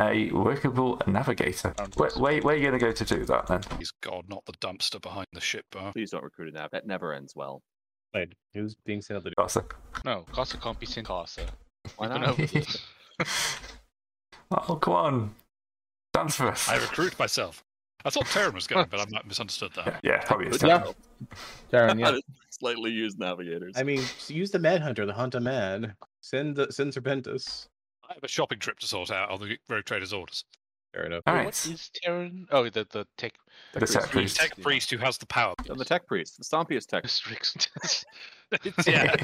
a workable navigator. Where, where, where are you going to go to do that then? Please God, not the dumpster behind the ship bar. Please don't recruit a nav. That never ends well. Wait, who's being sent out the door? Kars? No, Carcer can't be sent Carcer. Why We've been not? over this. Oh, come on. Dance for us. I recruit myself. I thought Terran was going, but I might misunderstood that. Yeah, yeah, probably it's Good Terran. job. Terran, yeah. Slightly used navigators. I mean, s- use the manhunter, the hunt a man. Send the send Serpentus. I have a shopping trip to sort out on the road traders' orders. Fair enough. All Wait, right. What is Terran? Oh, the the tech. The tech The priest. tech priest who has the power. I'm the tech priest. The stompiest tech. Restricts. It's- yeah.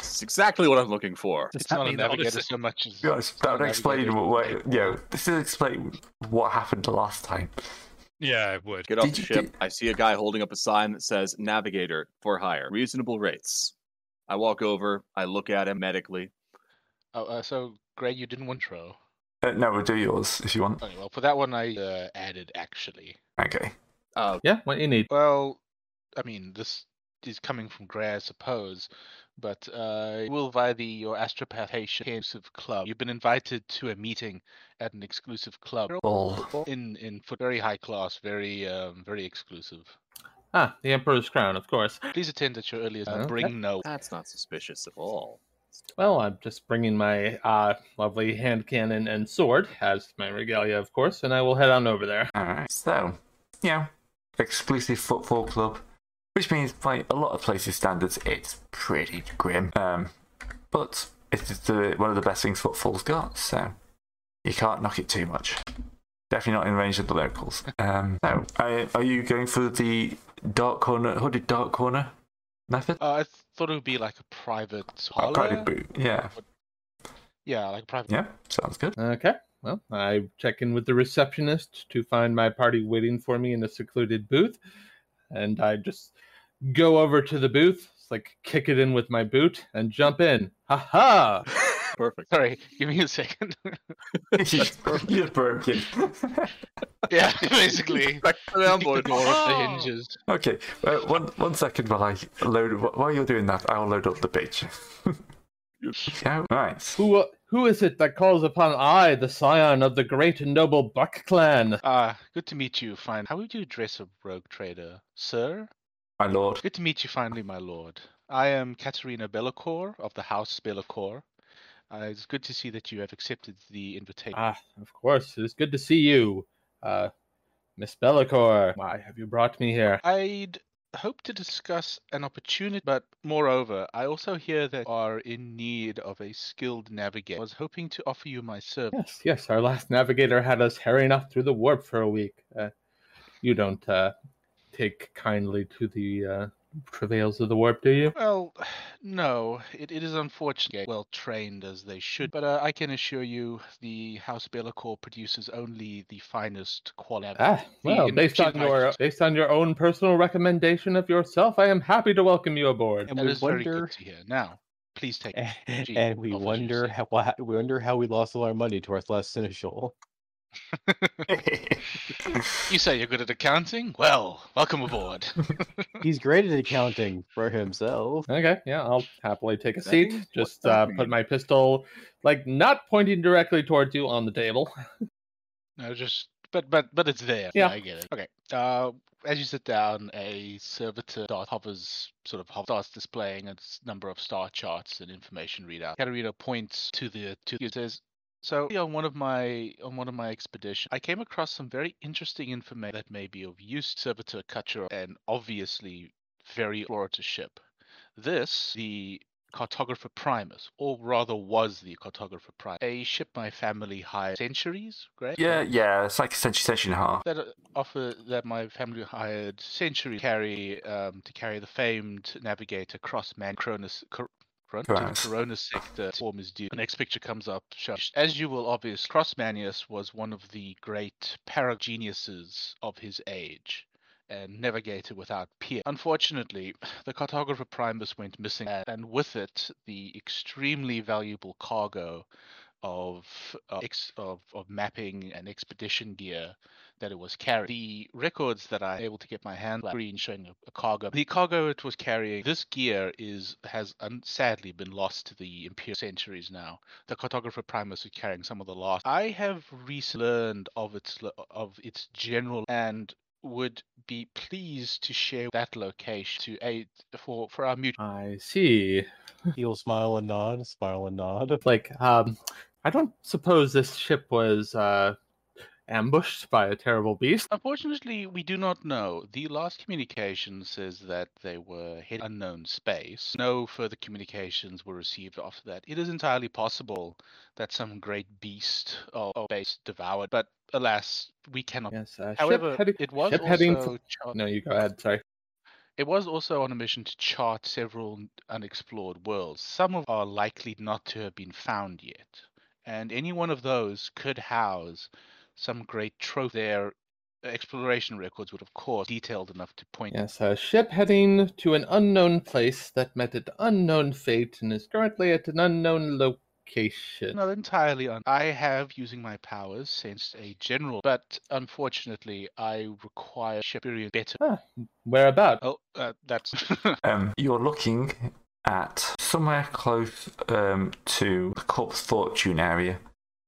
It's exactly what I'm looking for. it's that not a mean that navigator honestly- so much as. To be honest, that would explain what, what you know, this is explain what happened the last time. yeah, it would. Get off Did the you- ship. did- I see a guy holding up a sign that says "Navigator for hire, reasonable rates." I walk over. I look at him medically. Oh, uh, so Gray, you didn't want Tro. Uh, no, we'll do yours if you want. Okay, well, for that one, I uh, added actually. Okay. Uh, Yeah, what you need. Well, I mean, this is coming from Gray, I suppose, but uh, will via the your astropath Haitian exclusive club. You've been invited to a meeting at an exclusive club Well, in in foot very high class, very um, very exclusive. Ah, the Emperor's Crown, of course. Please attend at your earliest. Okay. and Bring Uh, no. that's not suspicious at all. Well, I'm just bringing my uh, lovely hand cannon and sword, as my regalia, of course, and I will head on over there. all right. So, yeah, exclusive football club, which means by a lot of places' standards, it's pretty grim. Um, but it's the, one of the best things football's got, so you can't knock it too much. Definitely not in range of the locals. Um, so, are, are you going for the dark corner, hooded dark corner method? Uh, I thought it would be like a private Oh, parlor. private boot. Yeah. Yeah, like a private. Yeah. Sounds good. Okay. Well, I check in with the receptionist to find my party waiting for me in a secluded booth, and I just go over to the booth, it's like kick it in with my boot, and jump in. Ha ha! Perfect. Sorry, give me a second. you just broke it. yeah, basically. Back to the Kick onboard. the door off the Ah! hinges. okay. Well, one one second while I load. While you're doing that, I'll load up the page. yeah. Right. Who who is it that calls upon I, the scion of the great and noble Buck clan? Ah, good to meet you. Fine. How would you address a rogue trader, sir? My lord. Good to meet you finally, my lord. I am Katerina Bellacor of the House Bellacor. Uh, it's good to see that you have accepted the invitation. Ah, of course. It is good to see you, uh, Miss Bellicor. Why have you brought me here? I'd hope to discuss an opportunity, but moreover, I also hear that you are in need of a skilled navigator. I was hoping to offer you my service. Yes, yes. Our last navigator had us herring off through the warp for a week. Uh, you don't uh, take kindly to the uh, travails of the warp, do you? Well, no, it, it is unfortunate. Well trained as they should, but uh, I can assure you, the House Bellicor produces only the finest quality. Ah, well, based on your based on your own personal recommendation of yourself, I am happy to welcome you aboard. That is very good to hear. Now, please take. it. Gee, and we what would you wonder say? how wha- we wonder how we lost all our money to our last seneschal. You say you're good at accounting? Well, welcome aboard. He's great at accounting for himself. Okay, yeah, I'll happily take a Setting? seat. What's Just that uh, mean? put my pistol, like not pointing directly towards you, on the table. No, just but but but it's there. Yeah. I get it. Okay. Uh, as you sit down, a servitor dart hovers sort of hov- starts displaying a s- number of star charts and information readout. Katerina points to the to you says. So on one of my on one of my expeditions, I came across some very interesting information that may be of use. Servitor Kutcher, an obviously very explorator ship. This the cartographer Primus, or rather was the cartographer Primus, a ship my family hired centuries, right? Yeah, yeah, it's like a century, century and a half. that uh, offer that my family hired century carry um, to carry the famed navigator cross man Cronus. Cor- Cron- to the Correct. Corona sector form is due. The next picture comes up. show- As you will obvious, Crossmanius was one of the great parageniuses of his age and navigator without peer. Unfortunately, the cartographer Primus went missing, a- and with it, the extremely valuable cargo of, uh, ex- of, of mapping and expedition gear that it was carrying. The records that I able to get my hand on green showing a, a cargo. The cargo it was carrying. This gear is has un, sadly been lost to the imperial centuries now. The cartographer Primus was carrying some of the last. I have recently learned of its lo- of its general and would be pleased to share that location to aid for for our mutual. I see. He'll smile and nod, smile and nod. Like, um, I don't suppose this ship was uh, ambushed by a terrible beast. Unfortunately, we do not know. The last communication says that they were hit unknown space. No further communications were received after that. It is entirely possible that some great beast or, or base devoured, but alas, we cannot. Yes. Uh, Um, However, ship heading... it was ship also heading for- chart- No, you go ahead. Sorry. it was also on a mission to chart several n- unexplored worlds. Some of are likely not to have been found yet, and any one of those could house some great trove. Their exploration records would, of course, detailed enough to point. Yes, a ship heading to an unknown place that met an unknown fate and is currently at an unknown location. Not entirely un. I have, using my powers, sensed a general, but unfortunately, I require Shepirian better. Whereabout? Oh, uh, that's. Um, you're looking at somewhere close um, to the Corpse Fortune area,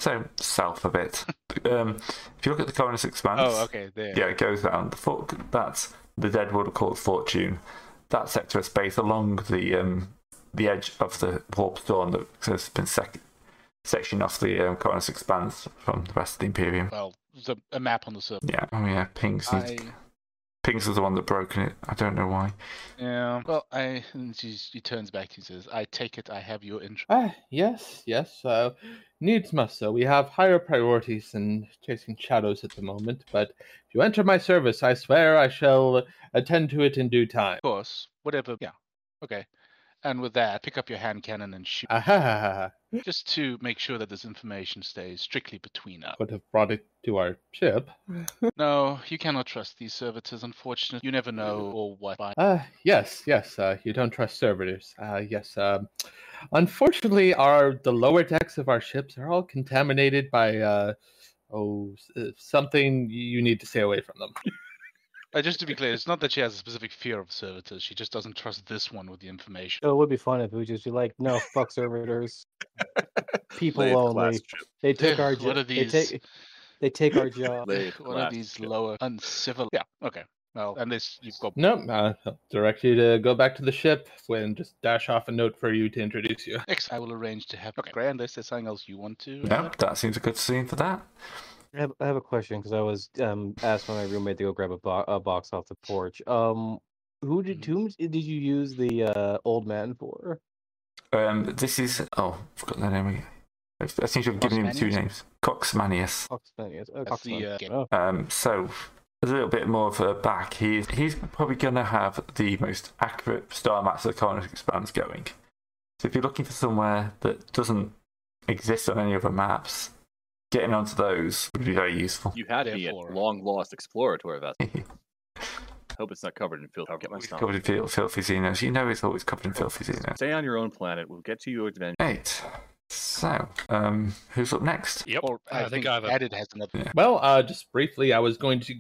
so south of it. um, if you look at the Coroner's Expanse, oh, okay, there. yeah, it goes down. The fork, that's the Deadwood of Corpse Fortune. That sector of space along the um, the edge of the warp storm that has been sec- sectioned off the um, Coroner's Expanse from the rest of the Imperium. Well, the, a map on the surface. Yeah, oh yeah, Pings. needs- I. Pings was the one that broke it. I don't know why. Yeah. Well, I. And she, she turns back to you and says, I take it I have your interest. Ah, yes, yes. Uh, needs must, so we have higher priorities than chasing shadows at the moment. But if you enter my service, I swear I shall attend to it in due time. Of course. Whatever. Yeah. Okay. And with that, pick up your hand cannon and shoot. Ah, ha, ha, ha, ha. Just to make sure that this information stays strictly between us. Could have brought it to our ship. No, you cannot trust these servitors, unfortunately. You never know or what. might- Uh, yes, yes. Uh, you don't trust servitors. Uh, yes. Um, unfortunately, our the lower decks of our ships are all contaminated by uh, oh s- uh, something y- you need to stay away from them. Uh, just to be clear, it's not that she has a specific fear of servitors. She just doesn't trust this one with the information. Oh, it would be fun if we just be like, no, fuck servitors. People Lathe only. class trip. They take our What job. are They these? take, they take our job. Lathe One of class these trip. lower uncivil. Yeah. Okay. Well, unless you've got No, uh, I'll direct you to go back to the ship and just dash off a note for you to introduce you. Next, I will arrange to have. Okay, Gray, unless there's something else you want to. add? No, that seems a good scene for that. I have, I have a question because I was um, asked by my roommate to go grab a, bo- a box off the porch. Um, Who did Hmm. whom did you use the uh, old man for? Um, this is oh, I forgot their name again. I I seem to have given him two Coxmanius? names. Coxmanius. Oxmanius. Oh, That's the, Oxman. uh, Oh, Um, so there's a little bit more of a back. He's he's probably going to have the most accurate star maps the Carnage Expanse going. So if you're looking for somewhere that doesn't exist on any other maps, getting onto those would be very useful. You had me at Therefore- long lost explorator vest. Hope it's not covered in filth. I'll get my It's stomach. covered in fil- filthy xenos. You know it's always covered in filthy xenos. Stay on your own planet. We'll get to your adventure. Eight. So, um, who's up next? Yep. Or I, think, I have a added has another. Well, uh, just briefly, I was going to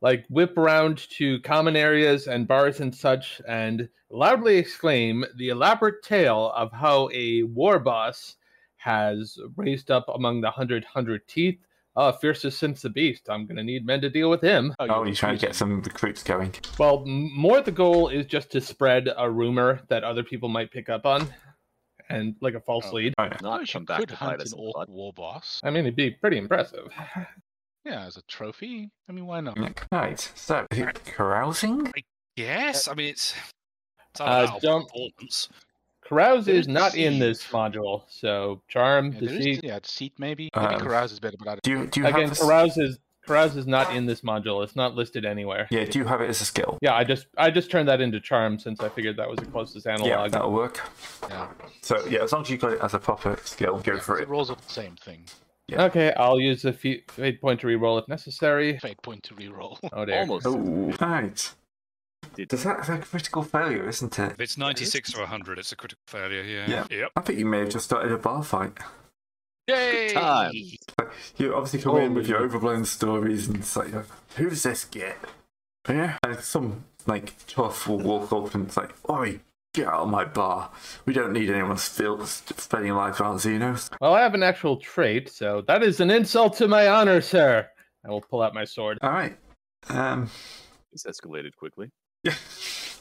like whip around to common areas and bars and such, and loudly exclaim the elaborate tale of how a war boss has raised up among the hundred hundred teeth. Uh, fiercest since the beast. I'm gonna need men to deal with him. Oh, you're trying to get some recruits going. Well, m- more the goal is just to spread a rumor that other people might pick up on, and like a false Oh. lead. Not Suppose you come back could to hunt bite us an in the orc butt. war boss. I mean, it'd be pretty impressive. Yeah, as a trophy. I mean, why not? Right. So, is it carousing? yes. I mean, it's. it's Uh, uh, don't- performance. Carouse There's is not in deceive. this module, so charm, Yeah, there is- deceit. yeah, deceit maybe. Maybe Um, carouse is better, but I don't. Do you do you Again, have a, s- carouse is carouse is not in this module. It's not listed anywhere. yeah? Do you have it as a skill? Yeah, I just I just turned that into charm since I figured that was the closest Yeah, analog. that'll work. Yeah. So yeah, as long as you got it as a proper skill, go yeah, for the it. rolls are the same thing. Okay, I'll use a fe- fate point to reroll if necessary. Fate point to reroll. Oh dear. Almost. Oh, right. Did- Does that, that's a critical failure, isn't it? If it's 96 or 100, it's a critical failure. Yeah. Yep. I think you may have just started a bar fight. Yay! time. You obviously come in with your overblown stories and it's like, who's this git? Yeah. And some like tough will walk up and it's like, oi, get out of my bar. We don't need anyone still spending lives around Xenos. Well, I have an actual trait, so that is an insult to my honor, sir. I will pull out my sword. All right. Um. This escalated quickly. Yeah.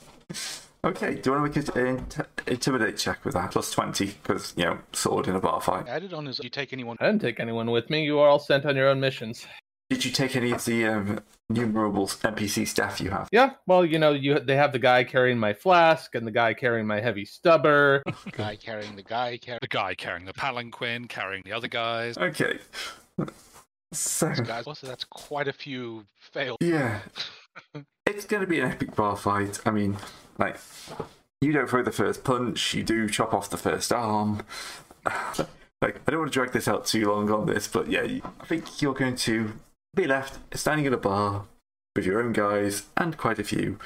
okay. Do you want to make an int- intimidate check with that plus twenty because you know sword in a bar fight? Added on is you take anyone. I didn't take anyone with me. You are all sent on your own missions. Did you take any of the um, numerable NPC staff you have? Yeah, well, you know, you they have the guy carrying my flask and the guy carrying my heavy stubber. Guy carrying the guy carrying The guy carrying the palanquin, carrying the other guys. Okay. So the guys. Also, that's quite a few failed. yeah, it's going to be an epic bar fight. I mean, like you don't throw the first punch, you do chop off the first arm. like I don't want to drag this out too long on this, but yeah, you- I think you're going to be left standing in a bar with your own guys and quite a few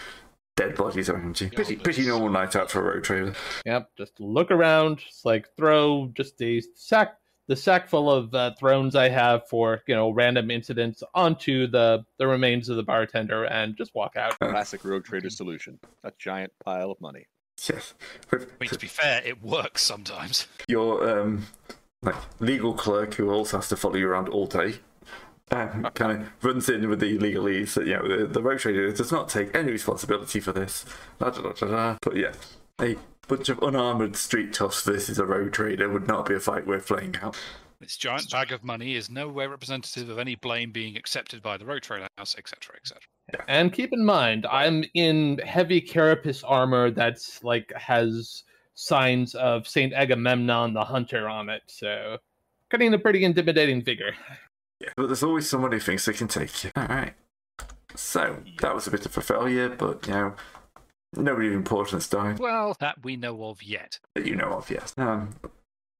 dead bodies around you. Pretty, pretty normal night out for a road trailer. Yep, just look around, just like throw just a sack, the sack full of uh, thrones I have for you know random incidents onto the the remains of the bartender and just walk out. Oh. Classic rogue trader solution. A giant pile of money. Yes, with I mean, to be fair, it works sometimes. your um, like legal clerk who also has to follow you around all day. Um, kind of runs in with the legalese that you know the, the road trader does not take any responsibility for this. Da, da, da, da, da. But yeah, a bunch of unarmored street toughs versus a road trader would not be a fight worth playing out. This giant bag of money is no way representative of any blame being accepted by the road trailer house, etc., etc. And keep in mind, I'm in heavy carapace armor that's like has signs of Saint Agamemnon the Hunter on it, so getting a pretty intimidating figure. Yeah, but there's always someone who thinks they can take you. All right. So that was a bit of a failure, but you know, nobody of importance died Well, that we know of yet. that you know of. Yes. Um,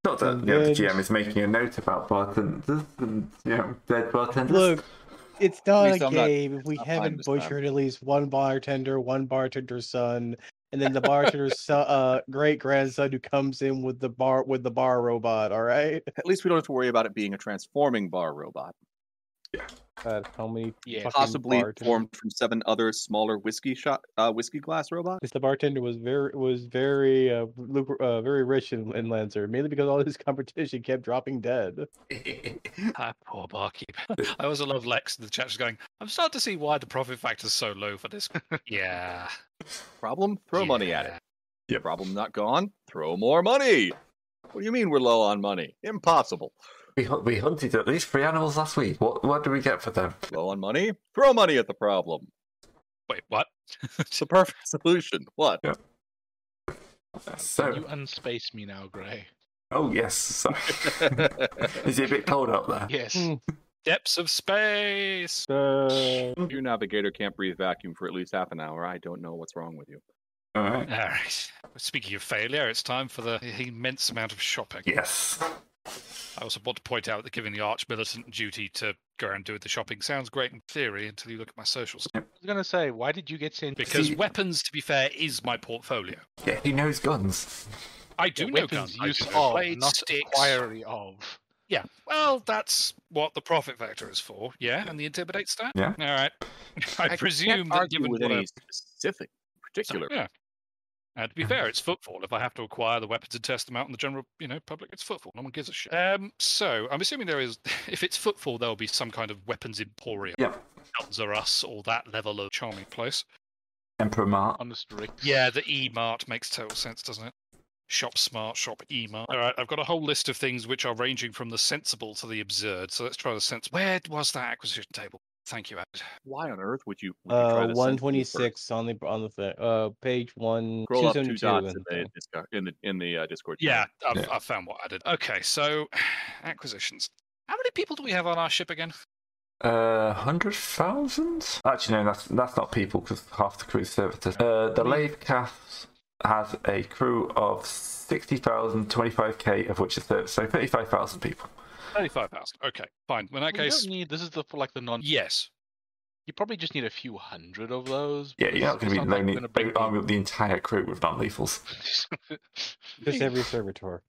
not that you know, the Good. GM is making a note about bartenders and you know dead bartenders. Look, it's At not least a I'm not- game. if we not blind haven't this time. butchered at least one bartender, one bartender's son, and then the bartender's so, uh, great grandson who comes in with the bar with the bar robot. All right. At least we don't have to worry about it being a transforming bar robot. God, how many? Yeah. fucking Possibly bartenders- formed from seven other smaller whiskey shot uh, whiskey glass robots. Because the bartender was very was very uh, lucra- uh very rich in, in Lancer, mainly because all his competition kept dropping dead. Ah, poor barkeep. I also love Lex in the chat. She's going, I'm starting to see why the profit factor is so low for this. yeah. Problem? Throw money at it. yeah. Yep. Problem not gone? Throw more money. What do you mean we're low on money? Impossible. we, hu- we hunted at least three animals last week. What what do we get for them? Low on money? Throw money at the problem. Wait, what? It's the perfect solution. What? So, Can you unspace me now, Gray? oh yes, sorry. Is it a bit cold out there? Yes. Mm. Depths of space. Uh, Your navigator can't breathe vacuum for at least half an hour. I don't know what's wrong with you. All right. All right. Speaking of failure, it's time for the immense amount of shopping. Yes. I also want to point out that giving the arch militant duty to go around doing the shopping sounds great in theory until you look at my socials. I was gonna say, why did you get sent? Because See- weapons, to be fair, is my portfolio. Yeah, he knows guns. I do Yeah, know weapons guns. I use do know of, blades, not sticks. acquiry of. Yeah. Well, that's what the profit factor is for. Yeah, and the intimidate stat. Yeah. All right. I, can't presume that Argue given with what any I've- specific, so, particular. yeah. And to be fair, it's footfall. If I have to acquire the weapons and test them out in the general, you know, public, it's footfall. No one gives a shit. Um, so I'm assuming there is, if it's footfall, there will be some kind of weapons emporium. Yeah. Guns Are Us or that level of charming place. Emperor Mark. Honest Rick. Yeah, the E Mart makes total sense, doesn't it? Shop smart, shop E Mart. All right, I've got a whole list of things which are ranging from the sensible to the absurd. So let's try the sense. Where was that acquisition table? Thank you, Ed. Why on earth would you? Would you try Uh, to send one me twenty first? six on the on the thing. Uh, page one Scroll up two 272 dots in in the the thing. Discord, in the in the uh, Discord. Yeah, channel. I've, I've found what I did. Okay, so acquisitions. How many people do we have on our ship again? Uh, hundred thousand? Actually, no, that's that's not people because half the crew is servitors. Uh, the Lave Cast has a crew of 60,000, 25k of which is service, so 35,000 people. 35,000. Okay, fine. In that Well, you case, don't need. This is the for like the non. yes. You probably just need a few hundred of those. Yeah, you're not going because to be it's not like lonely. gonna bring arming up the entire crew with non lethals. um, people- Just every servitor.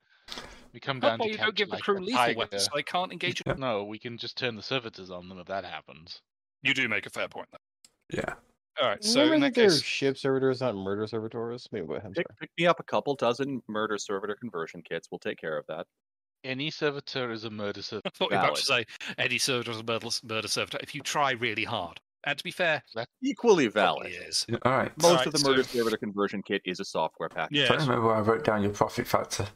we come How down about to you don't capture, give the like, crew a lethal weapons tiger. so they can't engage in- No, we can just turn the servitors on them if that happens. You do make a fair point, though. Yeah. All right, so in Remember that they're case, ship servitors, not murder servitors. Maybe what I'm Pick, sorry. pick me up a couple dozen murder servitor conversion kits. We'll take care of that. Any servitor is a murder I servitor. thought you were about to say Eddie Server does a murder, murder servitor if you try really hard. And to be fair, Equally valid. probably is. All right. Most Alright, of the murder so- servitor conversion kit is a software package. Try to remember where I wrote down your profit factor.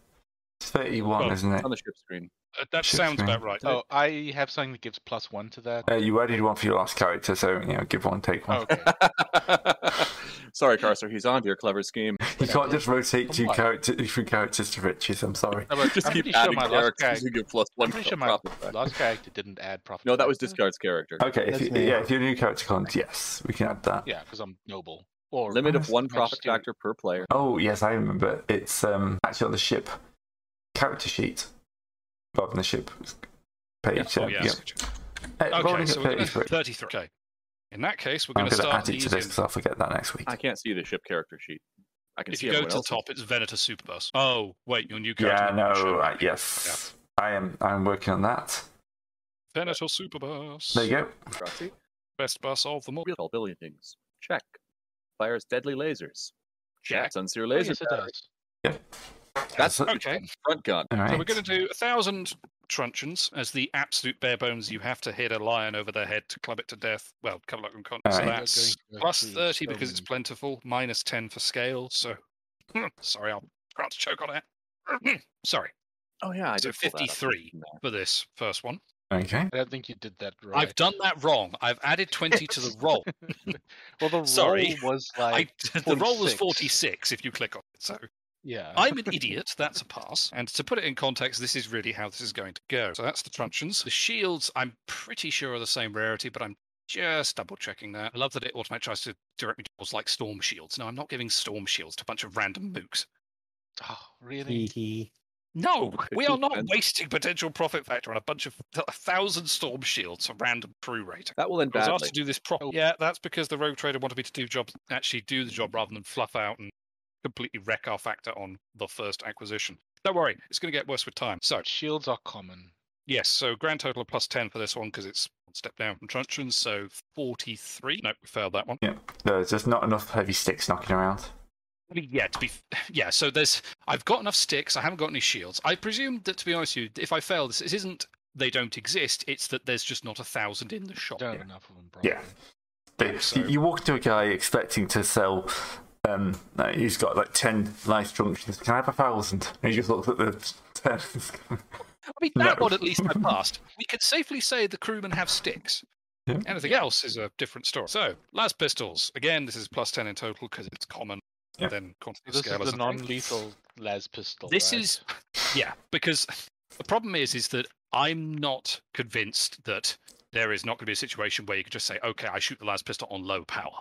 It's 31, Well, isn't it? On the ship screen. Uh, that Shit, sounds man. about right. Oh, I have something that gives plus one to that. Uh, you added one for your last character, so you know, give one, take one. Okay. Sorry, Carcer. He's on to your clever scheme. you can't just rotate two Come on. characters, three characters to riches. I'm sorry. No, but Just I'm keep pretty sure adding my last characters. character, You get plus one. I'm pretty sure my profit factor. last character didn't add profit. No, that was factor. discard's character. Okay, if That's you, me. yeah, if you're a new character cons, yes, we can add that. Yeah, because I'm noble. Or Limit of honestly, one I'm profit stupid. factor per player. Oh yes, I remember. It's um actually on the ship character sheet rather than the ship page. Oh, uh, yes. Uh, Okay, rolling so at we're gonna, 33. 33. Okay. In that case, we're I'm going to going to add start it to this using. because I'll forget that next week. I can't see the ship character sheet. I can If see you go everyone to the else's. top, it's Venator Superbus. Oh, wait, your new character. Yeah, name is no, Sherlock. right, yes, I am. I'm working on that. Venator Superbus. There you go. Roxy. Best bus of them all. Real tall building things. Check. Fires deadly lasers. Check. Sunseer Oh, laser. yes, it does. That's all Okay. front gun. right. So we're going to do a thousand truncheons as the absolute bare bones. You have to hit a lion over their head to club it to death. Well, club it like con. All So right. We are that's going to go plus through thirty so because it's many- plentiful, minus ten for scale. So hmm, sorry, I'll try not to choke on it. sorry Oh yeah, I So did pull that up. 53. No. for this first one. Okay. I don't think you did that right. I've done that wrong. I've added twenty to the roll. well, the Sorry. roll was I, like the roll was 46. forty-six if you click on it. So yeah. I'm an idiot. That's a pass. And to put it in context, this is really how this is going to go. So that's the truncheons. The shields, I'm pretty sure, are the same rarity, but I'm just double checking that. I love that it automatically tries to direct me towards like storm shields. No, I'm not giving storm shields to a bunch of random mooks. Oh, Hee really? hee. No, we are not Expensive. wasting potential profit factor on a bunch of a thousand storm shields for random crew rating. That will end I was asked badly. to do this properly. Yeah, that's because the rogue trader wanted me to do jobs, actually do the job rather than fluff out and completely wreck our factor on the first acquisition. Don't worry, it's going to get worse with time. So, Shields are common. yes, so grand total of plus 10 for this one because it's one step down from truncheons, so 43. Nope, we failed that one. There's just not enough heavy sticks knocking around. Yeah, to be f- yeah. So there's I've got enough sticks. I haven't got any shields. I presume that to be honest with you, if I fail this, it isn't they don't exist. It's that there's just not a thousand in the shop. Don't yeah. have enough of them, probably. Yeah. They- So- You walk to a guy expecting to sell. Um, like, he's got like ten nice junctions. Can I have a thousand? And he just looks at the ten. I mean, that No. one at least I passed. We can safely say the crewmen have sticks. Yeah. Anything else is a different story. So, las pistols. Again, this is plus 10 in total because it's common. Yeah. Then quantity This scale is a the thing. non-lethal las pistol. This right? is, yeah, because the problem is, is that I'm not convinced that there is not going to be a situation where you can just say, okay, I shoot the las pistol on low power.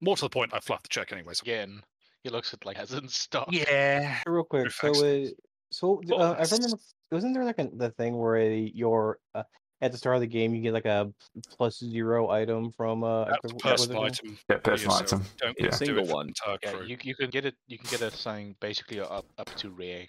More to the point, I fluffed the check anyways. again. He looks at like hasn't stopped. Yeah. Real quick, so Facts. it, so d- Well, uh, I that's- remember wasn't there like a, the thing where a, your uh, at the start of the game you get like a plus zero item from uh what That's a was it personal called? item. Yeah, personal yourself. item. Don't Yeah. do it Single for the one. entire Yeah, crew. you, you can get it. You can get a sign basically up up to rare.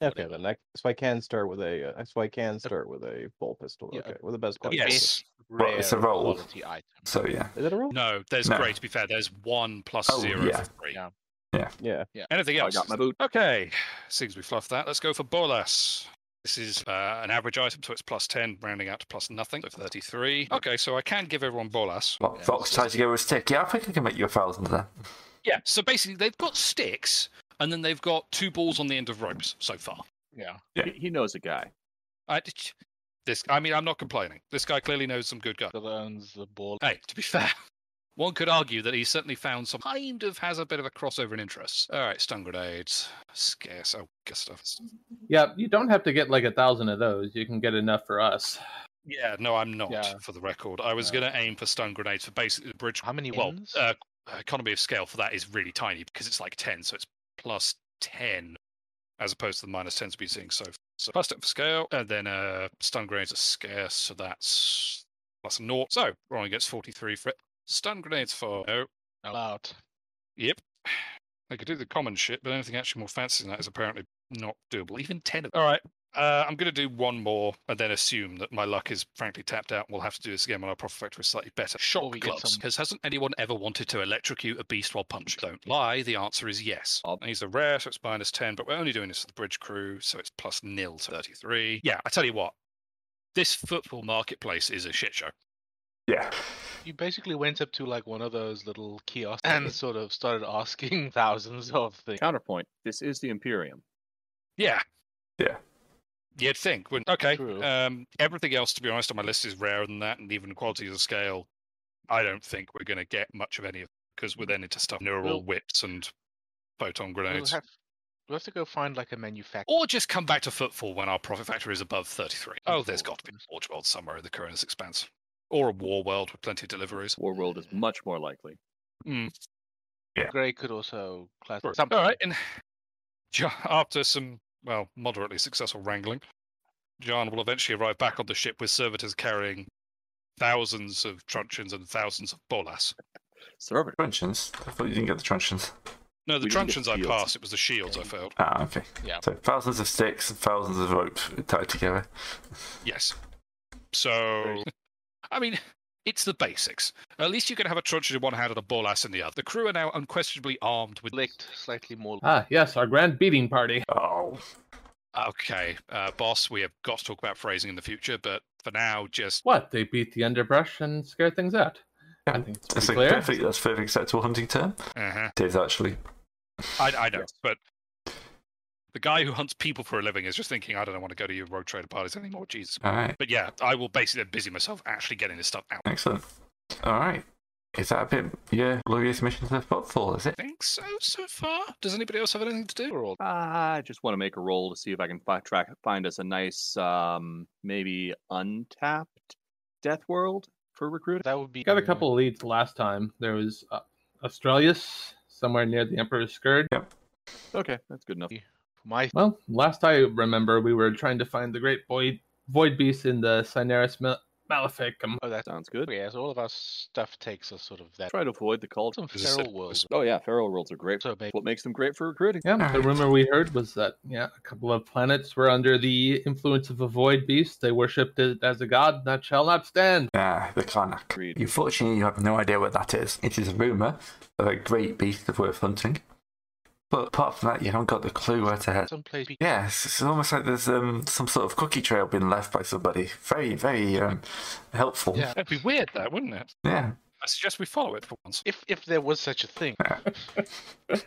Okay, then I, so I can start with a uh, so I can start with a bolt pistol. Yeah, Okay, with the best. the quality. Yes. best Well, it's a rare roll. quality item. So yeah, Is it a roll? No, there's No. grey to be fair. There's one plus Oh, zero yeah. for three. Yeah. Yeah. Anything I else? got my boot. Okay, seems we fluffed that. Let's go for Bolas. This is uh, an average item, so it's plus 10, rounding out to plus nothing, so 33. Okay, so I can give everyone Bolas. Vo- Yeah, Vox tries to go with stick. Yeah, I think I can make you a thousand there. Yeah, so basically they've got sticks, and then they've got two balls on the end of ropes so far. Yeah. Yeah. He, he knows a guy. I, this, I mean, I'm not complaining. This guy clearly knows some good guys. That owns the ball. Hey, to be fair, one could argue that he certainly found some kind of has a bit of a crossover in interests. All right, stun grenades, scarce, oh, good stuff. Yeah, you don't have to get like a thousand of those. You can get enough for us. Yeah, no, I'm not. Yeah. For the record, I was No. going to aim for stun grenades for basically the bridge. How many Well, wins? uh, economy of scale for that is really tiny because it's like ten, so it's plus ten as opposed to the minus tens we've been seeing so. far. So plus ten for scale, and then uh, stun grenades are scarce, so that's plus naught. So Ron gets forty-three for it. Stun grenades for oh, no. Not allowed. Yep. They could do the common shit, but anything actually more fancy than that is apparently not doable. Even 10 of All right. Uh, I'm going to do one more and then assume that my luck is frankly tapped out. and We'll have to do this again when our profit factor is slightly better. Shock we get gloves. some- Because hasn't anyone ever wanted to electrocute a beast while punching? Don't lie. The answer is yes. Ob- And he's a rare, so it's minus 10, but we're only doing this for the bridge crew, so it's plus nil to 33. Yeah, I tell you what. This football marketplace is a shit show. Yeah. You basically went up to like one of those little kiosks and sort of started asking thousands of things. Counterpoint. This is the Imperium. Yeah. Yeah. You'd think, wouldn't okay. True. Um, everything else, to be honest, on my list is rarer than that, and even quality of scale, I don't think we're going to get much of any of because we're then into stuff neural Mm. Well- whips and photon We'll grenades, have, we'll have to go find like a manufacturer. or just come back to footfall when our profit factor is above thirty-three. Oh, there's Footfall. got to be a forge world somewhere in the current expanse, or a war world with plenty of deliveries. War World is much more likely. Mm. Yeah. Gray could also class Sure. something. All right, and Jo- after some well moderately successful wrangling, John will eventually arrive back on the ship with servitors carrying thousands of truncheons and thousands of bolas. Server. Truncheons. I thought you didn't get the truncheons. No, the We didn't get truncheons I shields. passed. It was the shields I failed. Ah, okay. Yeah. So thousands of sticks and thousands of ropes tied together. Yes. So, I mean, it's the basics. At least you can have a truncheon in one hand and a bolas in the other. The crew are now unquestionably armed with. Select slightly more. Ah, yes, our grand beating party. Oh. Okay, uh, boss, we have got to talk about phrasing in the future, but for now, just What? They beat the underbrush and scared things out. I Yeah. think it's That's pretty a clear. perfect, that's a perfect acceptable hunting term. uh It is actually. I, I know, Yes. but the guy who hunts people for a living is just thinking, I don't want to go to your road trader parties anymore. Jesus. All right. But yeah, I will basically busy myself actually getting this stuff out. I Excellent. All right. Is that a bit yeah? Glorious mission to the footfall, is it? think so, so far. Does anybody else have anything to do? Overall, I just want to make a roll to see if I can fi- track, find us a nice, um, maybe untapped Death World for recruiting. that would be. Got a couple of leads last time. There was uh, Australis somewhere near the Emperor's Scourge. Okay, that's good enough. My Well, last I remember, we were trying to find the great void, void beast in the Cineris Mal- Maleficum. oh, that's Sounds good. yeah. So all of our stuff takes us sort of that. Try to avoid the cult. Some Is this a- feral world. Oh yeah, feral worlds are great. So maybe What makes them great for recruiting? Yeah, the Alright. rumor we heard was that yeah, a couple of planets were under the influence of a void beast. They worshipped it as a god that shall not stand. Ah, the Karnak. Agreed. Unfortunately, you have no idea what that is. It is a rumor of a great beast of worth hunting, but apart from that, you haven't got the clue where to head. some place we Yeah, it's, it's almost like there's um, some sort of cookie trail been left by somebody. Very, very um, helpful. Yeah. That'd be weird, though, wouldn't it? Yeah. I suggest we follow it for once. if if there was such a thing.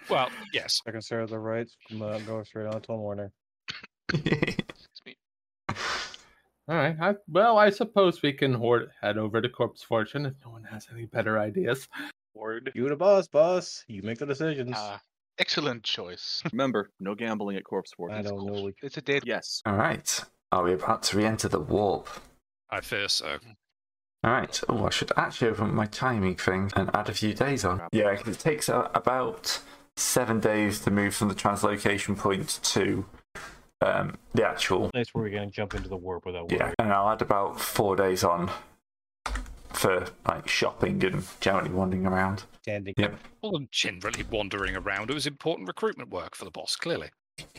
Well, yes. I consider the rights from uh, going straight on till morning. Excuse me. All right. I, well, I suppose we can hoard, head over to Corpse Fortune if no one has any better ideas. Word. You the boss, boss. You make the decisions. Ah, excellent choice. Remember, no gambling at Corpse Fortune. I don't know. It's a date. Yes. All right. Are we about to re-enter the warp? I fear so. All right. Oh, I should actually open my timing thing and add a few days on. Yeah, 'cause it takes uh, about seven days to move from the translocation point to um, the actual. Place where we're going to jump into the warp without Yeah, worry. and I'll add about four days on for like shopping and generally wandering around. Standing. Yep. All them generally wandering around. It was important recruitment work for the boss, clearly.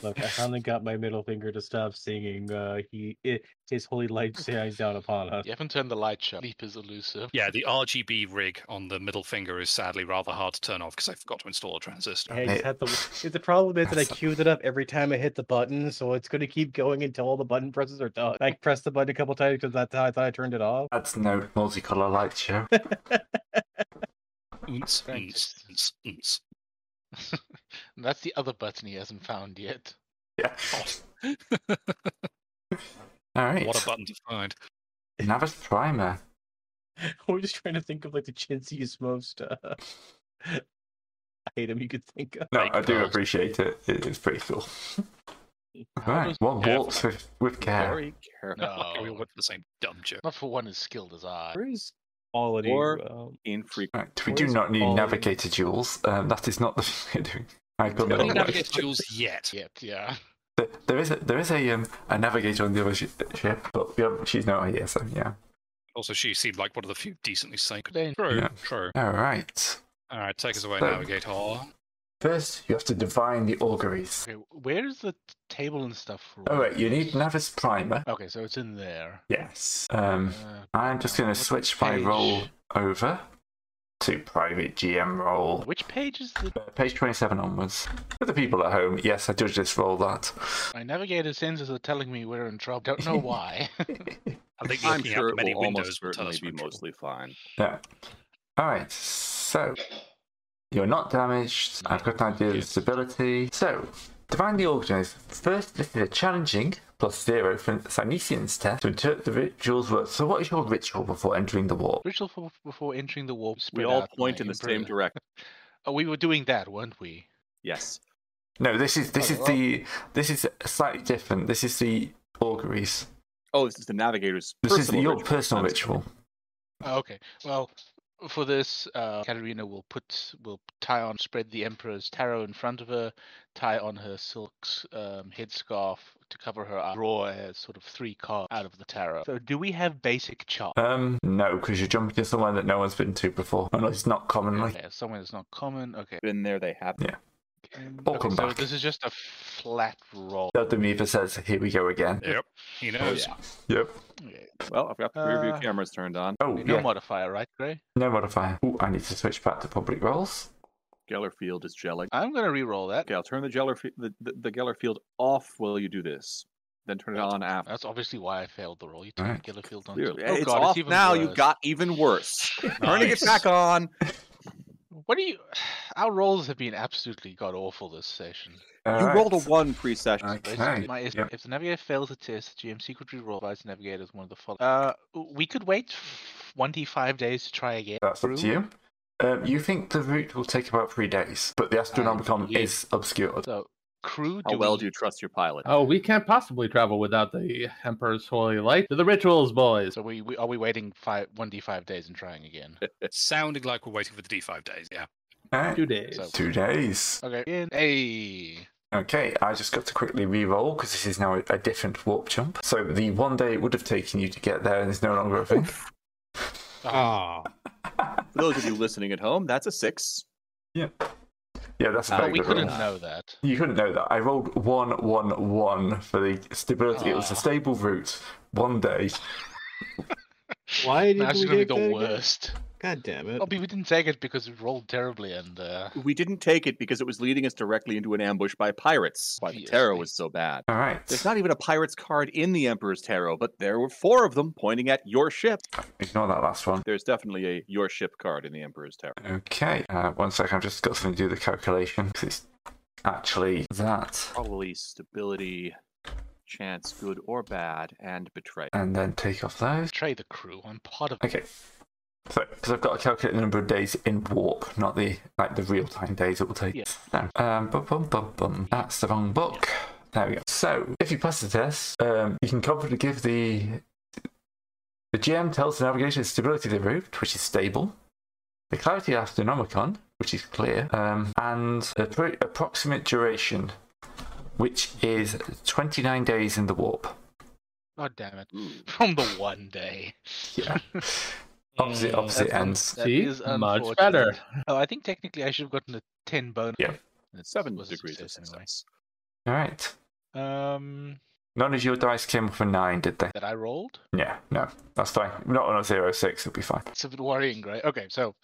Look, I finally got my middle finger to stop singing. Uh, he, i his holy light shines down upon us. You haven't turned the light show. Leap is elusive. Yeah, the RGB rig on the middle finger is sadly rather hard to turn off because I forgot to install a transistor. Hey, Hey. just have to- if the problem is that I queued it up every time I hit the button, so it's going to keep going until all the button presses are done. I pressed the button a couple times because that's how I thought I turned it off. That's no multicolor light show. Oonce, Thank oonce, oonce, oonce. And That's the other button he hasn't found yet. yeah. All right. What a button to find. Navis Primer. We're just trying to think of like the chintziest, most uh, item you could think of. No, Fake I do pearls. appreciate it. It- It's pretty cool. How All right. does- One Yeah. waltz with, with care. Very careful. Luckily, we all No, went for the same dumb joke. Oh, not for one as skilled as I. Where is quality? Or- um, Infrequent. Right. We Where do is not need Paul? navigator jewels. Um, that is not the thing we're doing. I got the We wrong haven't Navigator way. navigated jewels yet. Yet, yeah. There- There is a there is a um, a navigator on the other sh- ship, but we haven't- she's not here. So yeah. Also, she seemed like one of the few decently sane. Then- True, Yeah. true. All right. All right, take us away, So- navigator. First, you have to divine the auguries. Okay, where is the t- table and stuff for? Oh all wait, of you need this? Navis Primer. Oh. Okay, so it's in there. Yes. Um, Uh, I'm just going what to switch my role page? over to private GM role. Which page is the? Uh, page 27 onwards. For the people at home, yes, I judge this roll that. My navigator sensors are telling me we're in trouble. Don't know why. I think I'm looking sure out it many will windows almost will tell certainly us be we're in trouble. mostly fine. yeah. Alright, so. You're not damaged. I've got an idea of the Yes. stability. So, Divine the Organism. First, this is a challenging plus zero for Silesian's test to interpret the ritual's work. So, what is your ritual before entering the warp? Ritual for, before entering the warp. We spread all out point my in the same impre- direction. Oh, we were doing that, weren't we? Yes. No, this is this Oh, is well. the this is slightly different. This is the auguries. Oh, this is the navigator's. This is personal your ritual. personal I'm sorry. ritual. Oh, okay. Well, for this, uh, Katerina will put will tie on spread the emperor's tarot in front of her, tie on her silk s- um, headscarf to cover her eye, draw a sort of three cards out of the tarot. So, do we have basic chart? Um, no, because you're jumping to somewhere that no one's been to before, and it's not commonly. Okay, somewhere that's not common. Okay. Been there, they have. Or okay come so back. this is just a flat roll. Del Demeva says, "Here we go again." Yep, he knows. yeah. Yep. Okay. Well, I've got the rear view Uh, cameras turned on. Oh No yeah, modifier, right, Gray? no modifier. Ooh, I need to switch back to public roles. Geller field is gelling. I'm gonna re-roll that. Okay, I'll turn the Geller fi- the, the, the Geller field off while you do this. Then turn it That's- on after. That's obviously why I failed the roll. You took Alright. killer field on. Clearly. Oh it's god, off it's even now. You worse. got even worse. Turning it Nice. back on. What do you? Our rolls have been absolutely god awful this session. All you right. rolled a one pre-session. Okay. Basically, my- if- Yep. If the navigator fails a test, the GM secretly rolls advice navigator is one of the following. Uh, we could wait twenty-five days to try again. That's up to Brew. you. Um, you think the route will take about three days, but the Astronomicon believe- is obscured. So, crew, How do well we- do you trust your pilot? Oh, we can't possibly travel without the Emperor's Holy Light. To the rituals, boys. So we, we are we waiting five one d five days and trying again? Sounding like we're waiting for the D5 days. Yeah. All right. Two days. So- Uh, Two days. Okay. In a Okay, I just got to quickly re-roll because this is now a, a different warp jump. So the one day it would have taken you to get there is no longer a thing. Ah, For those of you listening at home, that's a six. Yeah, that's a very But but Uh, we good roll. couldn't know that. You couldn't know that. I rolled one, one, one for the stability. It was a Ah. stable route. One day. Why did That's we gonna be get the that again? worst. God damn it. Oh, but we didn't take it because we rolled terribly and uh, We didn't take it because it was leading us directly into an ambush by pirates. Why the Yes, tarot they- was so bad. All right. There's not even a pirate's card in the Emperor's Tarot, but there were four of them pointing at your ship. Ignore that last one. There's definitely a your ship card in the Emperor's Tarot. Okay. Uh, one second. I've just got to do the calculation 'cause it's actually that. Probably stability chance, good or bad, and betray. and then take off those. Betray the crew. I'm part of Okay. So, because I've got to calculate the number of days in warp, not the like the real time days it will take. Yeah. No. Um, bum, bum, bum, bum. That's the wrong book. There we go. So, if you pass the test, um, you can confidently give the the GM tells the navigation the stability of the route, which is stable, the clarity of the Nomicon, which is clear, um, and the pro- approximate duration, which is 29 days in the warp. God damn it. From the one day. Yeah. Opposite, opposite ends. Mm, That See? is Much unfortunate. better. Oh, I think technically I should have gotten a 10 bonus. Yeah. It Seven was a degrees of success anyway. success. All right. Um, None of your dice came with a nine, did they? that I rolled. Yeah, no, that's fine. Not on a zero six, it'll be fine. It's a bit worrying, right? Okay, so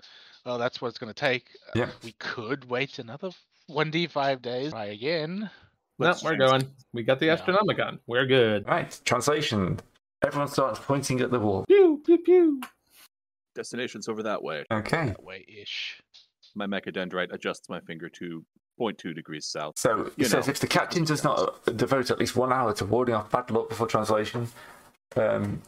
well, that's what it's going to take. Uh, Yeah. we could wait another 1d5 days. Try again. No, Let's we're trans- going. We got the Yeah. Astronomicon. We're good. All right, translation. Everyone starts pointing at the wall. Pew, pew, pew. Destinations over that way. Okay, That way ish. My mechadendrite adjusts my finger to 0.2 degrees south. so it You says know. if the captain does not devote at least one hour to warding off bad luck before translation, um,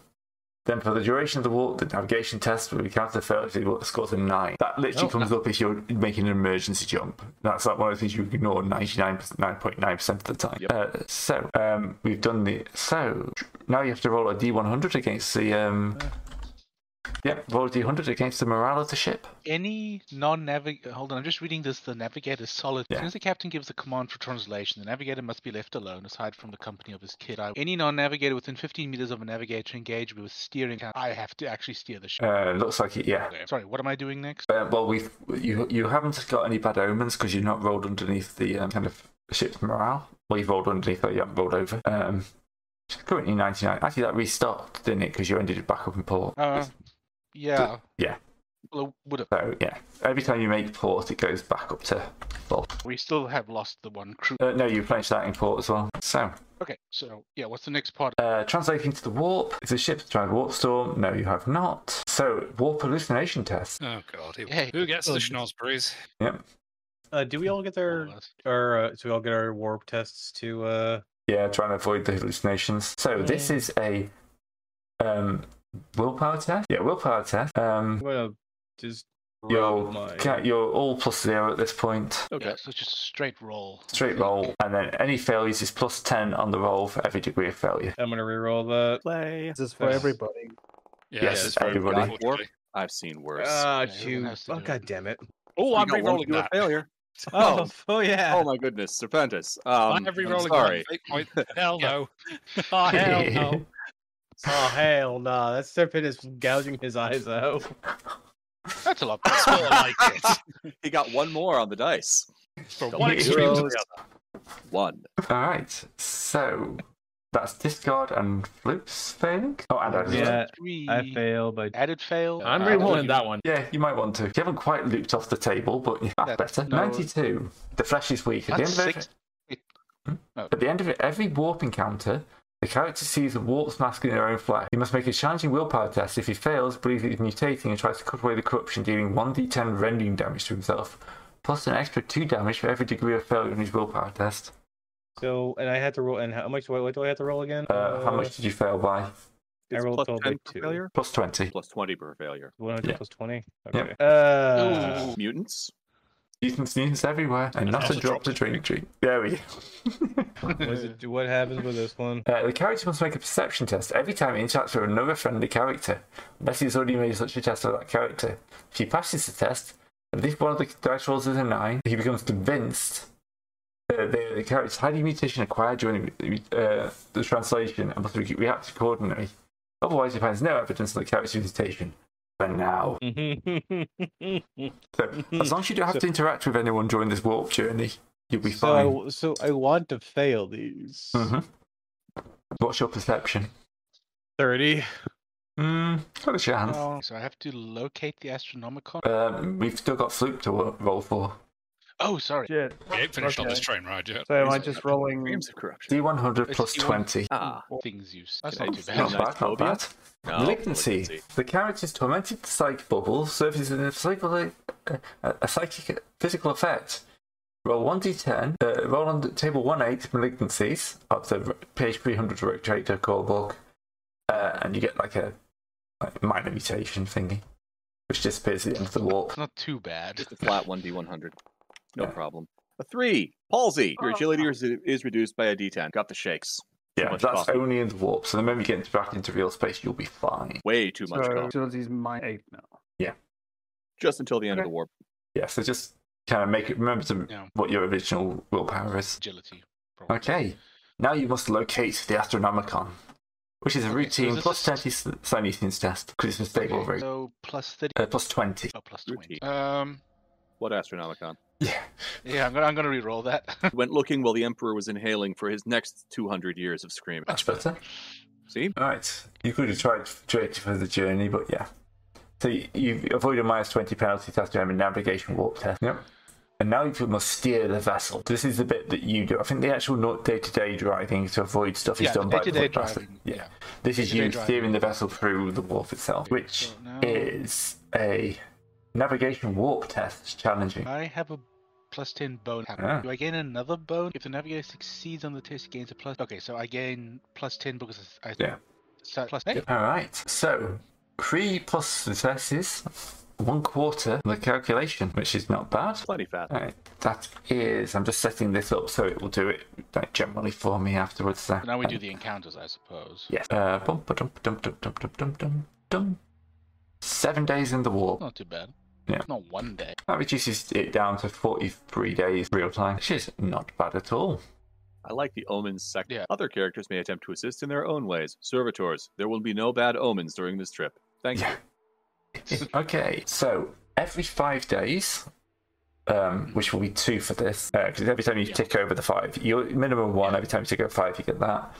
then for the duration of the walk, the navigation test will be counted fail if it scores a nine. That literally Oh, comes up if you're making an emergency jump. That's like one of the things you ignore 99.9 percent of the time. Yep. Uh, so um, we've done the. So now you have to roll a d100 against the. Um, Uh. Yep, roll a d100 against the morale of the ship. Any non navig Hold on, I'm just reading this. The navigator is solid. Yeah. As soon as the captain gives the command for translation, the navigator must be left alone aside from the company of his kid. I... Any non navigator within 15 meters of a navigator engaged with steering. I have to actually steer the ship. Uh, looks like it, yeah. Okay, Sorry, what am I doing next? Uh, well, we've you you haven't got any bad omens because you've not rolled underneath the um, kind of ship's morale. Well, you've rolled underneath, but you haven't rolled over. Um, it's currently ninety nine. Actually, that restocked, didn't it? Because you ended it back up in port. Uh, yeah. yeah. Well, would have. So yeah, every time you make port, it goes back up to full. We still have lost the one crew. Uh, no, you replenished that in port as well. So Okay, so yeah, what's the next part? uh, translating to the warp. Is the ship trying warp storm? No, you have not. So warp hallucination test. Oh god, here we- Hey, who gets the oh, schnozberries? Uh, do we all get all their of us. our uh, so we all get our warp tests to uh Yeah, trying to avoid the hallucinations. So this is a um, willpower test. Yeah, willpower test. Um, I'm gonna just roll You're, my ca- you're all plus zero at this point. Okay. Yeah, so it's just a straight roll. Straight roll, and then any failures is plus 10 on the roll for every degree of failure. I'm gonna reroll the Play. This is for Yes. everybody. Yeah, Yes, it's very everybody. unfortunately. I've seen worse. Uh, Ah, Yeah, everyone two. has to Oh do it. god damn it. Oh, You I'm got one re-rolling for your that. failure. Oh, f- oh yeah. Oh my goodness, Serpentis. Um, I'm I'm re-rolling sorry. that. Fake point. Hell Yeah. no. oh, hell no. Oh hell nah, that serpent is gouging his eyes out. That's a lot. That's more like it. He got one more on the dice. From Got one me extreme to the heroes. other. One. All right, so that's discard and flukes failing. Oh, and added. Yeah, Three. I fail by Added fail. I'm Uh, re-rolling that one. Yeah, you might want to. You haven't quite looped off the table, but you- that's That's better. no- 92. The flesh is weak. At the, That's end of every, six. at the end of every warp encounter, the character sees a warp's mask in their own flesh. He must make a challenging willpower test. If he fails, believes he's mutating and tries to cut away the corruption, dealing 1d10 rending damage to himself, plus an extra 2 damage for every degree of failure in his willpower test. so and I had to roll and how much what, what do I have to roll again? Uh, how much did you fail by? I It's rolled plus 12 by 10 two. per failure? Plus 20. Plus 20 per failure. 100 Yeah. plus 20. Yeah. Okay. Uh, Mutants? Mutants, mutants everywhere, and not a drop to drink. drink. There we go. was it, what happens with this one? Uh, the character must make a perception test every time he interacts with another friendly character, unless he's already made such a test with that character. If he passes the test, and if one of the dice rolls is a 9, he becomes convinced that the, the character's hiding mutation acquired during uh, the translation and must re- react accordingly. Otherwise, he finds no evidence of the character's mutation. For now. So, as long as you don't have to interact with anyone during this warp journey, you'll be fine. so, so I want to fail these. Mhm. What's your perception? 30. Mm, got a chance. Oh, So I have to locate the Astronomicon. Um, we've still got Fluke to wo- roll for. Oh, sorry. Shit. We ain't finished on Okay. this train ride yet. So am I just rolling? Dreams of corruption. D100 It's plus D100. 20. Ah. Things you. s- That's can not do too better. Not nice bad, not phobia. bad. No, Malignancy. malignancy. The character's tormented uh, psych bubble surfaces in a, psycholo- a, a psychic physical uh, effect. Roll 1d10, uh, roll on table 1-8 malignancies up to page 300 of Rector Core Book, uh, and you get like a like, minor mutation thingy, which disappears at the end of the warp. It's not too bad. Just a flat 1d100. No Yeah. problem. A three. Palsy. Your agility is, is reduced by a d10. Got the shakes. Yeah, much that's coffee. only in the warp, so the moment you get back into real space, you'll be fine. Way too much So cough. agility is my eight now. Just until the end of Okay. the warp. Yeah, so just kind of make it, remember to, Yeah. what your original willpower is. Agility. Probably. Okay, now you must locate the Astronomicon, which is a Okay, so routine is this plus a- 20 s- Silesians test, because it's Okay, unstable very so plus thirty. Uh, plus 20. Oh, plus Routine. twenty. Um. What Astronomicon? Yeah. Yeah, I'm gonna I'm gonna re-roll that. He went looking while the Emperor was inhaling for his next 200 years of screaming. Much better. See? Alright. You could have tried straight for the journey, but yeah. So you, you've avoided a minus 20 penalty test and a navigation warp test. Yep. And now you must steer the vessel. This is the bit that you do. I think the actual day to day driving to avoid stuff Yeah, is the done by the day-to-day foot vessel. driving, Yeah. yeah. This is Day-to-day you driving. steering the vessel through the warp itself, which so now- is a navigation warp test. It's challenging. I have a plus ten bone. happening. Ah. Do I gain another bone if the navigator succeeds on the test? he Gains a plus. Okay, so I gain plus ten because I. Yeah. So plus eight. All right. So three plus successes, one quarter the calculation, which is not bad. Plenty fast. All right. That is. I'm just setting this up so it will do it like, generally for me afterwards. There. So now we do the encounters, I suppose. Yes. Uh, bum, ba-dum, dum, dum, dum, dum, dum, dum, dum. Seven days in the warp. Not too bad. Yeah. Not one day. That reduces it down to 43 days real time, which is not bad at all. I like the omens section. Yeah. Other characters may attempt to assist in their own ways. Servitors, there will be no bad omens during this trip. Thank Yeah. you. okay, so every five days, um, which will be two for this, because every time you tick over the five, you minimum one. Every time you tick over five, you get that.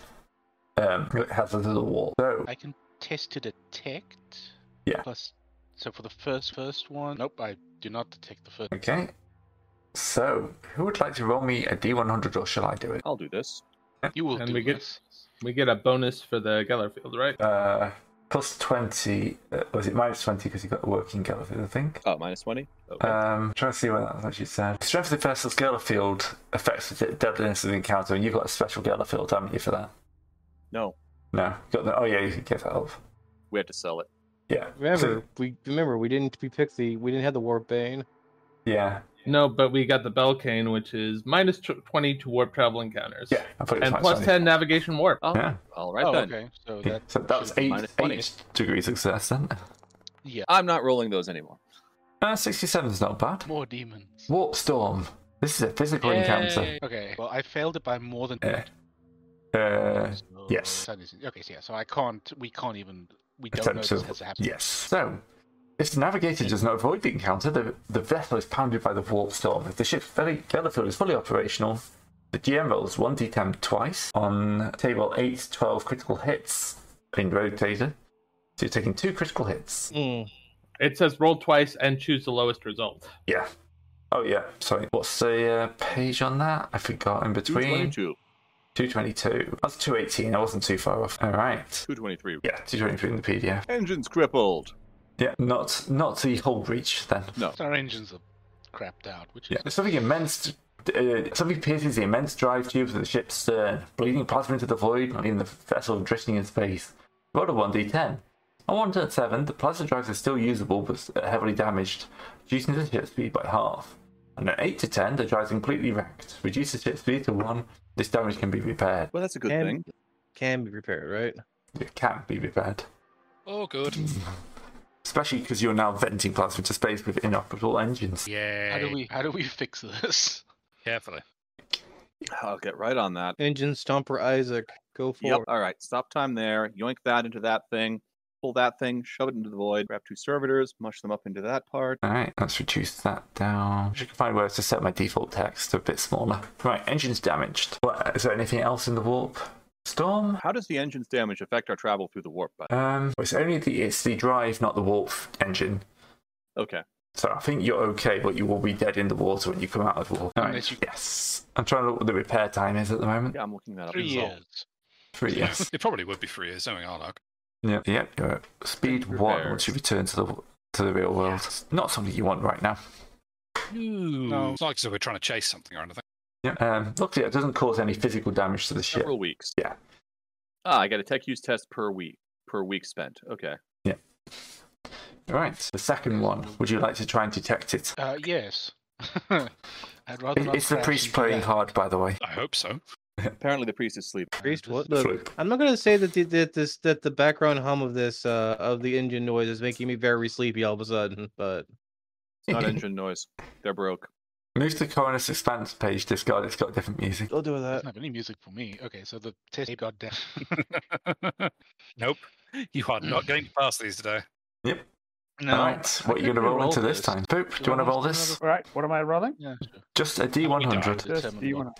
Um, it has a little wall. So I can test to detect. Yeah. Plus, so for the first first one. Nope, I do not detect the first. okay, so who would like to roll me a D100, or shall I do it? I'll do this. You will And do we get- this. We get a bonus for the Gellerfield, right? Uh, plus twenty. Uh, was it minus twenty because you got the working gallery? I think. Oh, minus 20? Okay. Um, trying to see what that's actually said. Strength of the vessel's gala field affects the de- deadliness of the encounter, and you've got a special gala field, haven't you, for that? no, No, got the. Oh yeah, you can get that off. we have to sell it. Yeah. Remember, So- we remember we didn't we picked the we didn't have the warp bane. yeah. No, but we got the Belcane, which is minus tw- 20 to warp travel encounters. Yeah. I thought it was And minus plus 20. 10 navigation warp. Oh, Yeah. all right oh, then. okay. So Yeah, that. So that was should be eight, minus 20. eight degree success then. Yeah. I'm not rolling those anymore. Uh, 67 is not bad. More demons. Warp Storm. This is a physical encounter. Okay. Well, I failed it by more than. Yeah. Uh, So yes. that is- Okay. So yeah. So I can't. We can't even. We don't know attempt this to. has happened. Yes. So, if the navigator does not avoid the encounter, the, the vessel is pounded by the warp storm. If the ship's ferry- battlefield is fully operational, the GM rolls 1d10 twice on table 8, 12 critical hits in rotator. So you're taking two critical hits. Hmm. It says roll twice and choose the lowest result. Yeah. Oh, yeah. Sorry. What's the uh, page on that? I forgot in between. 222, 222. That's 218. I wasn't too far off. All right. 223. Yeah, 223 in the PDF. Engines crippled. Yeah, not not the whole breach then. No. Our engines are crapped out, which is Yeah. Something immense. Uh, something pierces the immense drive tubes of the ship's stern, bleeding plasma into the void, leaving the vessel drifting in space. Roll a 1d10. On 1 to 7, the plasma drives are still usable but uh, heavily damaged, reducing the ship's speed by half. And at 8 to 10, the drive's completely wrecked. Reduce the ship's speed to 1. This damage can be repaired. Well, that's a good Can- thing. Can be repaired, right? It can be repaired. Oh, good. Especially because you're now venting plasma to space with inoperable engines. Yay. how do we how do we fix this? Carefully. I'll get right on that. Engine Stomper Isaac, go for Yep. it. All right. Stop time there. Yoink that into that thing. Pull that thing. Shove it into the void. Grab two servitors. Mush them up into that part. Alright, let's reduce that down. I can find where to set my default text a bit smaller. Right, engine's damaged. What, is there anything else in the warp? Storm? How does the engine's damage affect our travel through the warp? But Um, it's only the it's the drive, not the warp engine. okay. So I think you're okay, but you will be dead in the water when you come out of the warp. Alright, Unless you- yes. I'm trying to look what the repair time is at the moment. Yeah, I'm looking that up. Three as well. years. Three, yes. it probably would be free as knowing Arlok. yep, yep. you're at Speed Repair. one once you return to the to the real world. It's Not something you want right now. No, it's not as if we're trying to chase something or anything. Yeah. Um, luckily, it doesn't cause any physical damage to the ship. Several weeks. Yeah. Ah, I got a tech use test per week per week spent. Okay. All right. The second one. Would you like to try and detect it? Uh, yes. I'd rather. It- not it's the crash priest into playing that. hard, by the way. I hope so. Apparently the priest is sleeping. Priest, what? Look, Flip. I'm not gonna say that the, that this that the background hum of this uh of the engine noise is making me very sleepy all of a sudden, but It's not engine noise. They're broke. Move to the Coroner's Expanse page, discard. It's got different music. I'll Uh, do There's that. not any music for me. Okay, so the test. Goddamn. nope. You are not getting past these today. no. All right. What are you going to gonna roll roll into this this. time? Poop, do you want I to roll roll another this? All right, what am I rolling? Yeah, sure. Just a D100. Just Determine you what wanna-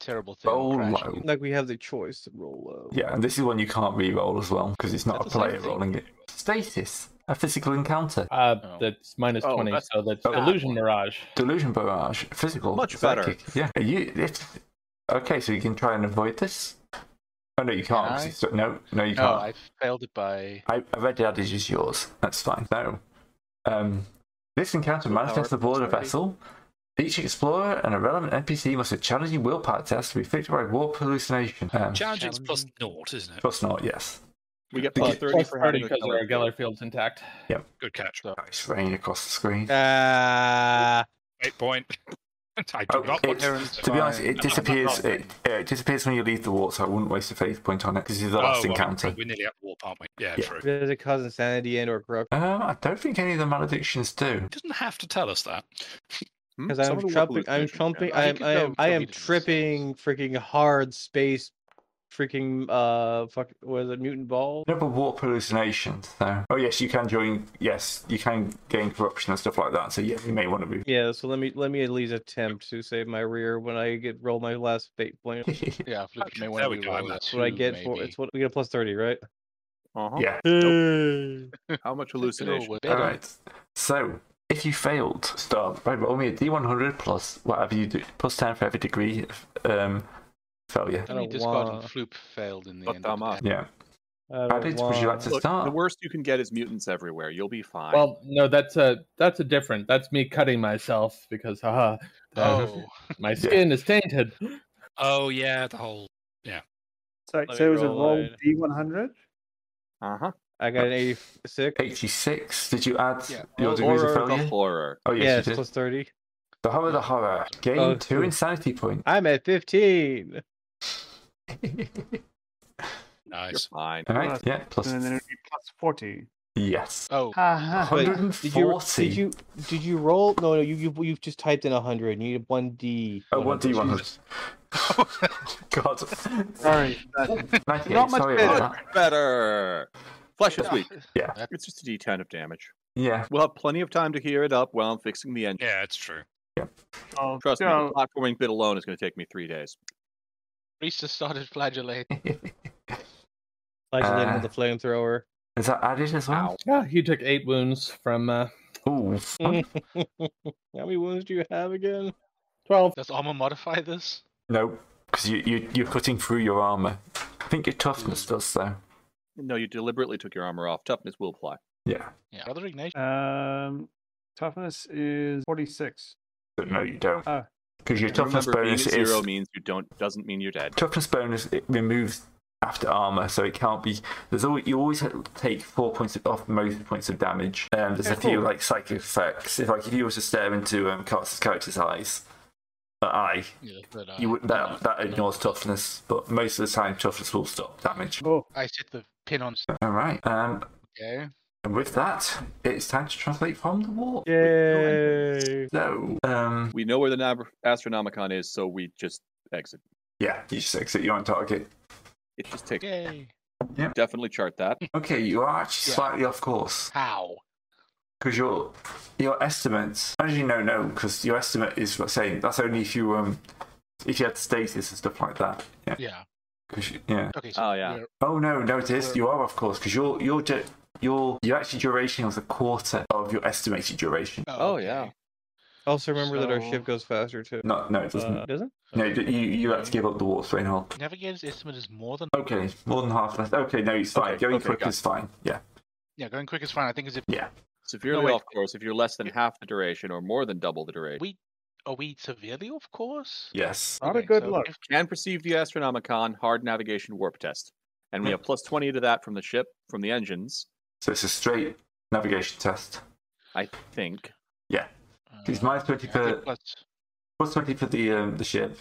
terrible thing. Roll crashed. low. like we have the choice to roll low. Yeah, and this is one you can't re-roll as well because it's not That's a the same player thing. rolling it. Status: a physical encounter. Uh, Oh. That's minus Oh, 20, that's- so that's oh, illusion mirage. Delusion barrage. Physical. Much better. psychic. Yeah. Are you. If, okay, so you can try and avoid this. Oh no, you can't. 'cause I? it's- no, no, you No, can't. I failed it by. I, I read the adage is yours. That's fine. No. Um, this encounter Willpower, manifests aboard a dexterity. vessel. Each explorer and a relevant NPC must have challenging willpower tests to be fitted by warp hallucination. Um, Challenging's plus naught, isn't it? plus not, yes. We get Thank plus you. 30 Plus for 30 having a because our collective. Geller field's intact. Good catch. It's raining across the screen. Ah, Eight point. I do Oh, not want it- to. Terrence To be honest, Fine. it disappears. It, it disappears when you leave the warp, so I wouldn't waste a faith point on it. This is the Oh, last well, encounter. We're nearly at the warp, aren't we? Yeah, Yeah. true. does it cause insanity and or corruption? Um, I don't think any of the maledictions do. It doesn't have to tell us that. Hmm? Because Some of I'm the trumping, Waterloo's I'm mentioned, trumping, yeah. I I'm, could I go am, I am delete it myself. tripping freaking hard space, freaking uh, fuck, was it mutant ball? No, but warp hallucinations, though. Oh yes, you can join. Yes, you can gain corruption and stuff like that. So yeah, you may want to move. Yeah, so let me let me at least attempt to save my rear when I get roll my last fate point. Yeah, Flip Okay, may there want to we go, reroll that that's That's too. what I get for maybe. it's what we get a plus thirty, right? Uh-huh. yeah. How much Could go hallucination? with All better. right. So if you failed, stop. Right, roll me a d100 plus whatever you do, plus 10 for every degree of um, failure. Only don't discard and wanna- Floop failed in the But end. of I'm up. that. Yeah. I don't Added, would you like to Look, the start? worst you can get is mutants everywhere. You'll be fine. Well, no, that's a that's a different. That's me cutting myself because, haha, uh, Oh, my skin is tainted. Oh, yeah, the whole. So, Let so me it was a roll roll it. D100. uh-huh. I got an eighty-six. E, 86. Did you add Yeah, your roll degrees of horror, The failure? horror. Oh, yes, yeah, you it's did. plus thirty. The horror, the horror. Gain Oh, two cool. insanity points. I'm at fifteen. You're Nice. fine. All right. Yeah. Plus. And then it would be plus 40. Yes. oh, Ha Wait, ha. Did you, 140. did you did you roll? No, no, you you you've just typed in hundred. You need one D. Oh, what do you want? Jesus. God. Sorry. that- 98, Not much sorry better. about that. Better. Flesh this yeah. week. Yeah. It's just a D10 of damage. Yeah. We'll have plenty of time to hear it up while I'm fixing the engine. Yeah, it's true. I'll- Trust me, I'll- the platforming bit alone is going to take me three days. Priest has started flagellating. Flagellating Uh, with the flamethrower. Is that added as well? Yeah, Ah, he took eight wounds from uh, Ooh. How many wounds do you have again? 12. Does armor modify this? No, because you, you, you're cutting through your armor. I think your toughness does, though. No, you deliberately took your armor off. Toughness will apply. Yeah. Yeah. Brother Ignatius. Um, toughness is 46. But no, you don't. Oh. Because your toughness Remember, being bonus at zero is. means you don't doesn't mean you're dead. Toughness bonus it removes after armor, so it can't be. There's always, You always ha- take four points of, off most points of damage. Um, there's a Okay, cool. few, like, psychic effects. If, like, if you were to stare into um, Carter's character's eyes, uh, eye, Yeah, but, uh, you would, no, that, that uh, no. ignores toughness, but most of the time, toughness will stop damage. Oh, I set the pin on. All right. Um, Okay. and with that, it's time to translate from the war. Yay! So, um, We know where the nav- Astronomicon is, so we just exit. yeah, you just exit, you're on target. It just takes. Yay. Definitely chart that. Okay, you are actually Yeah. slightly off course How? because your your estimate, actually no, no, because your estimate is what I'm saying that's only if you um if you had status and stuff like that. Yeah, Yeah. 'cause you- yeah. Okay. So Oh, yeah. we're- Oh no, no, it is. You are off course because your your du- your your actual duration was a quarter of your estimated duration. Oh, yeah. okay. Also remember that our ship So- goes faster too. No, no, it doesn't. Uh, doesn't? no, you you had to give up the warp strain hole. Navigator's estimate is more than. Okay, more than half left. Okay, no, it's fine. Okay, Going okay, quick got is fine. Yeah, Yeah, going quick is fine. I think is if yeah. Severely wait. off course if you're less than half the duration or more than double the duration. We are we severely off course? Yes. Not a Okay, good so look. if- and perceive the Astronomicon hard navigation warp test. And Hmm. we have plus 20 to that from the ship, from the engines, So it's a straight navigation test. I think. It's uh, minus 20 I think for- plus- Plus 20 for the um, the ship.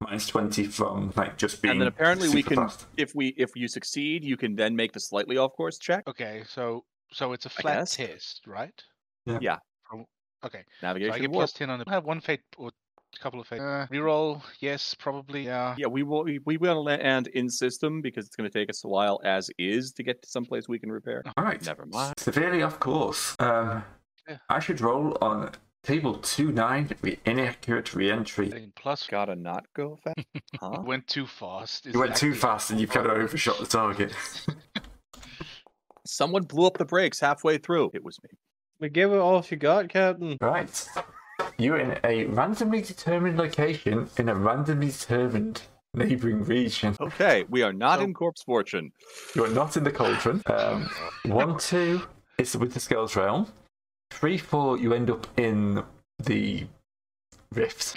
Minus 20 from like just being. And then apparently we super can- fast. If we if you succeed, you can then make the slightly off course check. Okay, so so it's a I flat guess. test, right? Yeah. Yeah. From- okay, so I Navigation get warp. plus ten on the. I have one fate or a couple of fate. Uh, reroll, yes, probably. Yeah. Yeah, we will we, we will land in system because it's gonna take us a while as is to get to someplace we can repair. All right. Never mind. Severely off course. Um, Yeah. I should roll on table 29 with inaccurate re entry. I think plus Gotta not go fast. Huh? went too fast. is You went too actually- fast and you've kind of overshot the target. Someone blew up the brakes halfway through. It was me. We give it all she got, Captain. Right. You're in a randomly determined location in a randomly determined neighbouring region. Okay, we are not So- in Corpse Fortune. You are not in the cauldron. Um, one, two is with the scales realm. Three, four, you end up in the rift.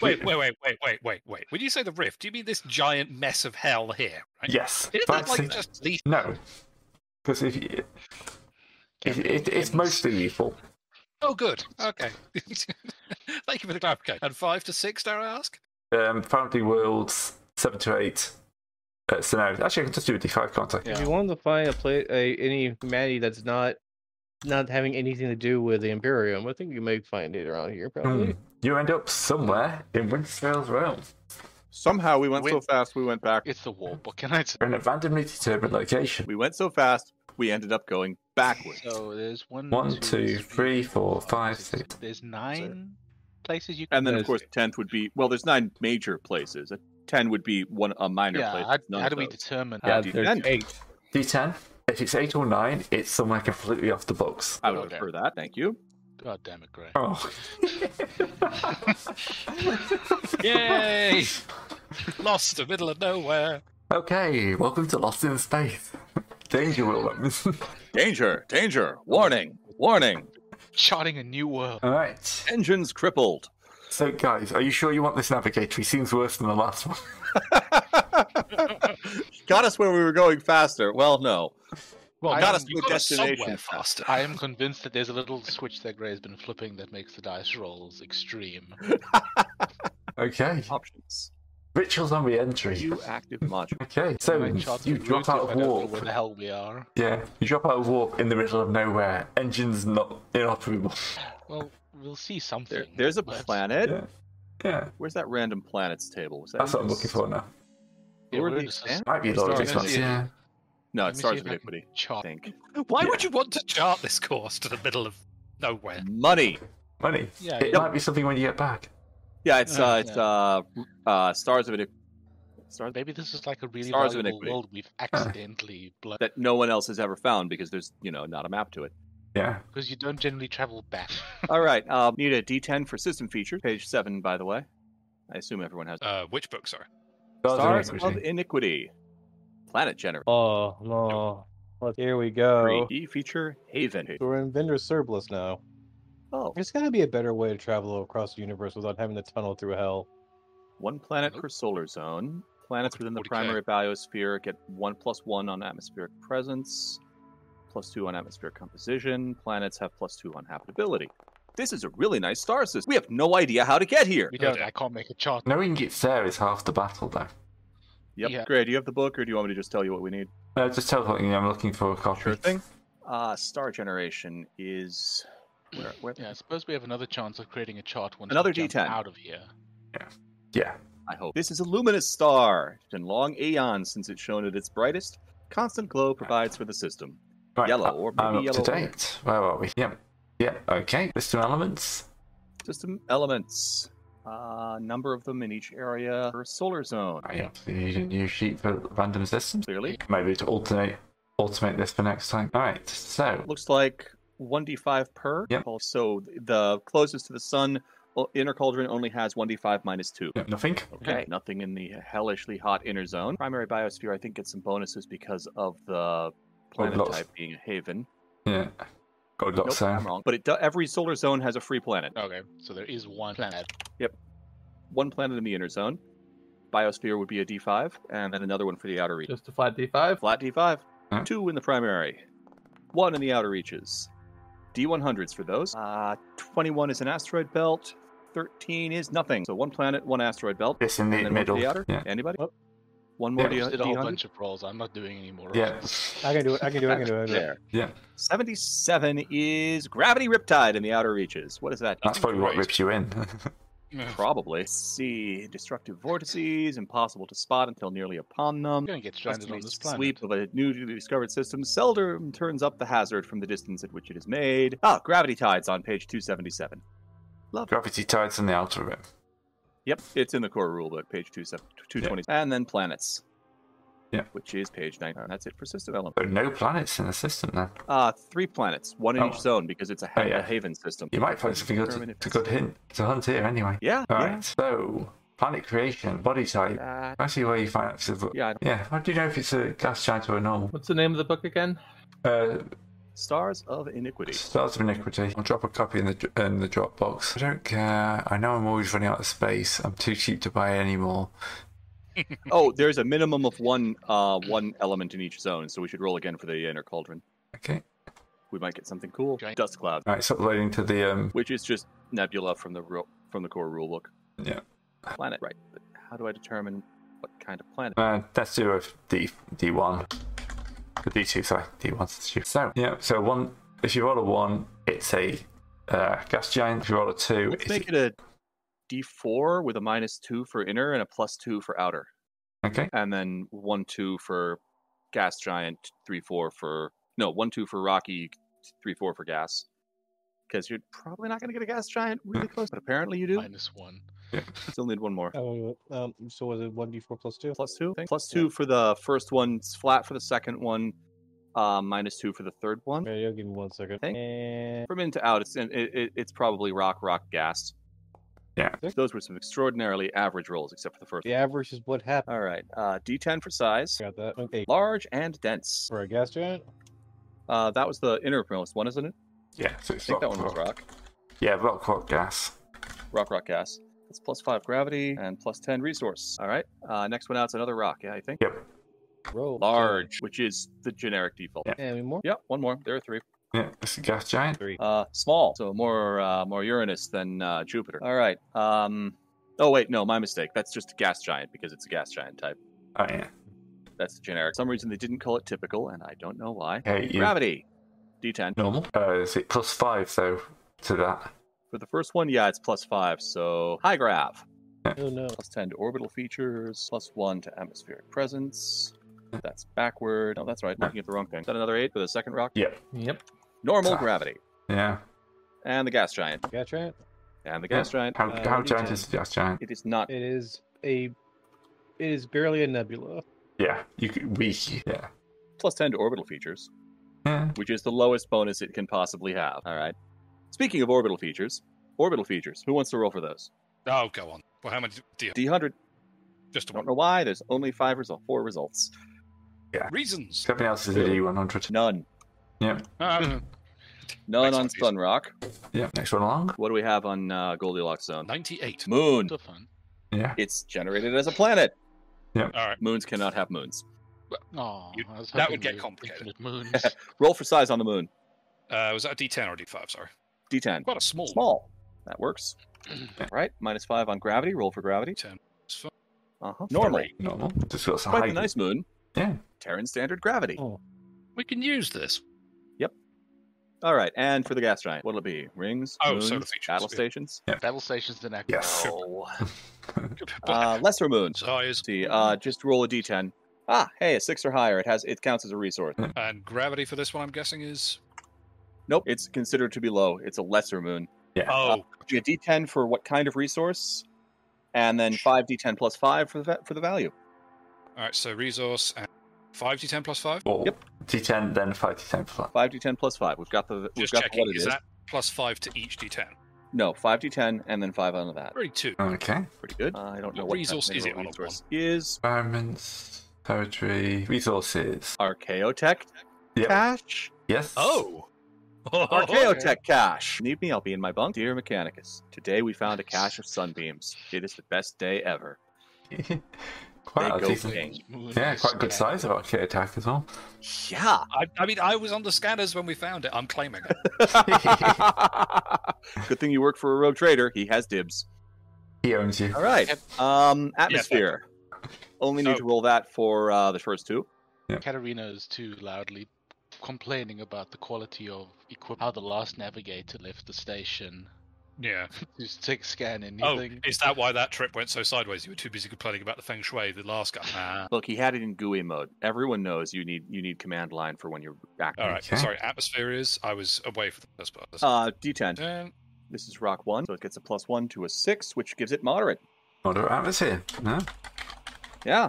Wait, wait, wait, wait, wait, wait, wait. When you say the rift, do you mean this giant mess of hell here? Right? Yes. Isn't Five, that like six- just least No. Because if you, it, Captain it, it's Hawkins. mostly lethal. Oh, good. Okay. Thank you for the clarification. And five to six, dare I ask? Um, Foundry Worlds, seven to eight. Uh, scenarios. Actually, I can just do a D5 contact. Yeah. If you want to find a play, a, any humanity that's not not having anything to do with the Imperium, I think you may find it around here. Probably. Hmm. You end up somewhere in Winterfell's realm. Somehow we went so Wait. fast we went back It's the warp. What can I say? You're in a randomly determined location. We went so fast, we ended up going backwards. So there's one, One, two, three, four, five, six. There's nine places you can. and then, of there's- course, tenth would be well. There's nine major places. A ten would be one a minor yeah. place. How, None how of do we those. determine? Yeah, uh, do you there's think? eight. D10. If it's eight or nine, it's somewhere completely off the box. I would Okay. prefer that. Thank you. God damn it, Gray. Oh. Yay! Lost the middle of nowhere. okay, welcome to Lost in Space. Danger, Willem. Danger! Danger! Warning! Warning! Charting a new world. All right. Engines crippled. So, guys, are you sure you want this navigator? He seems worse than the last one. Got us where we were going faster. Well, no. Well, Got I us am- to a Got us destination. somewhere faster. I am convinced that there's a little switch that Gray's been flipping that makes the dice rolls extreme. Okay. Options. Rituals on re-entry. New active module. Okay, Am so I charting you a drop route out of if I don't know where warp. the hell we are. Yeah, you drop out of warp in the middle of nowhere. Engine's not inoperable. Well, we'll see something. There, there's a but- planet. Yeah. Yeah, Where's that random planets table? Was that that's in what I'm this- looking for now. Yeah, Lord of where the does this- Expanse? Might be Sorry, Lord of let's Expanse, see. yeah. No, Let it me see starts if with I can Equity. I chart. think. Why Yeah. would you want to chart this course to the middle of nowhere? Money. Money. Yeah, It might be something when you get back. Yeah, it's Uh, uh, it's uh, uh, stars of it stars maybe this is like a really Stars of valuable Iniquity. world we've accidentally blown that no one else has ever found because there's you know not a map to it. Yeah. because you don't generally travel back. All right, um, need a D10 for system features. Page seven, by the way. I assume everyone has Uh, which book, sorry? Stars stars of iniquity. Planet generator. Oh no! Look, here we go. 3D E feature Haven. So we're in vendor surplus now. Oh, There's got to be a better way to travel across the universe without having to tunnel through hell. one planet Nope. per solar zone. Planets within the 40K. primary biosphere get one plus one on atmospheric presence, plus two on atmospheric composition. Planets have plus two on habitability. This is a really nice star system. We have no idea how to get here. we No, don't. no. I can't make a chart. Knowing it's there is half the battle, though. Yep. Yeah. Great. Do you have the book, or do you want me to just tell you what we need? Uh, just teleporting. I'm looking for a copy. Uh, star generation is where? where Yeah, I suppose we have another chance of creating a chart once Another we D10. jump out of here. Yeah. I hope this is a luminous star. It's been long aeons since it's shone at its brightest. Constant glow provides for the system. Right. Yellow, I- or maybe I'm up yellow to only. date. Where are we? Yep. Yep. Okay. System elements. System elements. Uh, number of them in each area per solar zone. I absolutely need a new sheet for random systems. Clearly, Maybe to alternate, automate this for next time. All right. So looks like one d5 per. Yep. So the closest to the sun o- inner cauldron only has one d5 minus two. yep, nothing. Okay. Nothing in the hellishly hot inner zone. Primary biosphere, I think, gets some bonuses because of the planet lots. type being a haven. Yeah. Or Nope, I'm Doxa. wrong. But it do- every solar zone has a free planet. Okay, so there is one planet. One planet in the inner zone. Biosphere would be a D5, and then another one for the outer reach. Just a flat D5. Flat D5. Hmm. Two in the primary. One in the outer reaches. D100s for those. Uh, 21 is an asteroid belt. 13 is nothing. So one planet, one asteroid belt. This in and the then one for middle. the outer. Yeah. Anybody? What? One Yeah, more I Oh. just D- did a whole D100. bunch of rolls. I'm not doing any more rolls. Yeah. I can do it. I can do it. I can do it. I can do it. There. 77 is gravity riptide in the outer reaches. What is that? That's probably what Right. rips you in. Ugh. Probably. Let's see. Destructive vortices, impossible to spot until nearly upon them. I'm going to get stranded on Estimates this the planet. sweep of a newly discovered system seldom turns up the hazard from the distance at which it is made. Ah, gravity tides on page 277. Gravity tides in the outer rim. Yep, it's in the core rulebook, page 27 220. And then planets. Yeah. Which is page 9. That's it for system element. So no planets in the system then. Uh, three planets, one in Oh. each zone because it's a, ha- Oh, yeah. a haven system. You might find something good to, Determine if to it's- good hint to hunt here anyway. Yeah. All yeah. right. So planet creation, body type. Uh, I see where you find out. if it's a- yeah. I don't- Yeah. How do you know if it's a gas giant or a normal? What's the name of the book again? Uh, Stars of Iniquity. Stars of Iniquity. I'll drop a copy in the in the Dropbox. I don't care. I know I'm always running out of space. I'm too cheap to buy any more. Oh, there's a minimum of one uh, one element in each zone, so we should roll again for the inner cauldron. Okay. We might get something cool. Giant- Dust cloud, Right. It's uploading to the um. which is just nebula from the ru- from the core rulebook. Yeah. Planet, right? But how do I determine what kind of planet? Uh, that's zero D D one. D two. Sorry. D one. So yeah. So one. If you roll a one, it's a uh, gas giant. If you roll a 2 Let's it's make it a D4 with a minus two for inner and a plus two for outer, okay. and then one two for gas giant, three four for no one two for rocky, three four for gas. Because you're probably not going to get a gas giant really close, but apparently you do. Minus one. Still need one Uh, more. I will do it. Um, so was it one d four plus two? plus two. I think. Plus two for the first one. It's flat for the second one. Uh, minus two for the third one. Okay, you'll give me one second. Thank- And From in to out, it's it, it, it's probably rock, rock, gas. Yeah. Those were some extraordinarily average rolls, except for the first. the average is what happened. All right. Uh, D10 for size. Got that? Okay. Large and dense. For a gas giant. Uh, that was the innermost one, isn't it? Yeah. So I it's think that rock, one was rock. rock. Yeah. Rock rock gas. Rock, rock, gas. That's plus five gravity and plus ten resource. All right. Uh, next one out's another rock. Yeah, I think. Yep. Roll. Large, which is the generic default. Yeah. Yeah, any more? Yep. One more. There are three. Yeah. It's a gas giant. Uh, small, so more uh, more Uranus than uh, Jupiter. All right. Um, oh wait, no, my mistake. That's just a gas giant because it's a gas giant type. Oh yeah. That's generic. For some reason they didn't call it typical, and I don't know why. Hey, you- Gravity, D10 Normal. Uh, is it plus five though to that? for the first one. Yeah, it's plus five. So high grav, Oh no. plus ten to orbital features, plus one to atmospheric presence. That's backward. No, that's right. Looking at the wrong thing. Is that another eight for the second rock? Yep. Yep. Normal Ah. gravity Yeah. and the gas giant Gas giant. and the gas giant. How Uh, how D10. giant is the gas giant? It is not. It is a. It is barely a nebula. Yeah. You could weak. Yeah. Plus ten to orbital features. Yeah. which is the lowest bonus it can possibly have. All right. Speaking of orbital features, orbital features. Who wants to roll for those? Oh, go on. Well, how many do you D100. Just I one. don't know why. There's only five results, four results. Reasons. Something else is a D one hundred. None. Um, None Makes on sense. Sunrock. Yeah. Next one along. What do we have on uh, Goldilocks Zone? 98. Moon. Still fun. Yeah. It's generated as a planet. All right. Moons cannot have moons. Oh, You- I was that hoping would get we were complicated. infinite Moons. Roll for size on the moon. Uh, was that a D10 or a D5? Sorry. D10. Quite a small, Small. That works. All right. Minus five on gravity. Roll for gravity. D10. It's fine. Uh huh. Normal. Three. Normal. Just got some Quite high. a nice moon. Yeah. Terran standard gravity. We can use this. All right. And for the gas giant, what'll it be? Rings, Oh, moons, solar features, battle yeah. stations. Battle stations didn't act. Yes. Oh. Good. Uh, lesser moons. Size See, uh, just roll a d10. Ah, hey, a six or higher. It has it counts as a resource. and gravity for this one, I'm guessing, is. Nope, it's considered to be low. It's a lesser moon. Oh, A d10 for what kind of resource, and then five d10 plus five for the va- for the value. all right. So resource and 5d10 plus 5. Or Yep. D10, then 5 D10 flat. Five d10 plus five. We've got the we've Just got checking. what it Is is. that plus 5 to each d10? No, five d10 and then five onto that. 32. Okay. Pretty good. Uh, I don't know What what resource kind of is it mineral on a resource is. Environments, territory, resources. Archaeotech Yep. cache. Yes. Oh. Archaeotech cache. Need me? I'll be in my bunk. Dear Mechanicus, today we found a cache of sunbeams. It is the best day ever. They quite a go decent, pink. yeah, quite good size of arcade attack as well. Yeah. I, I mean, I was on the scanners when we found it. I'm claiming it. Good thing you work for a rogue trader. He has dibs. He owns you. All right. Um, atmosphere. Only need So- to roll that for uh, the first two. Katarina is too loudly complaining about the quality of equipment, how the last navigator left the station. Yeah. Just take a scan and Oh, anything. is that why that trip went so sideways? You were too busy complaining about the feng shui the last guy. Ah. Look, he had it in GUI mode. Everyone knows you need you need command line for when you're back. All right. Okay. Sorry. Atmosphere is. I was away for the first part. Um, Uh, D10. Ten. This is rock one, so it gets a plus one to a six, which gives it moderate. Moderate atmosphere. No? Yeah,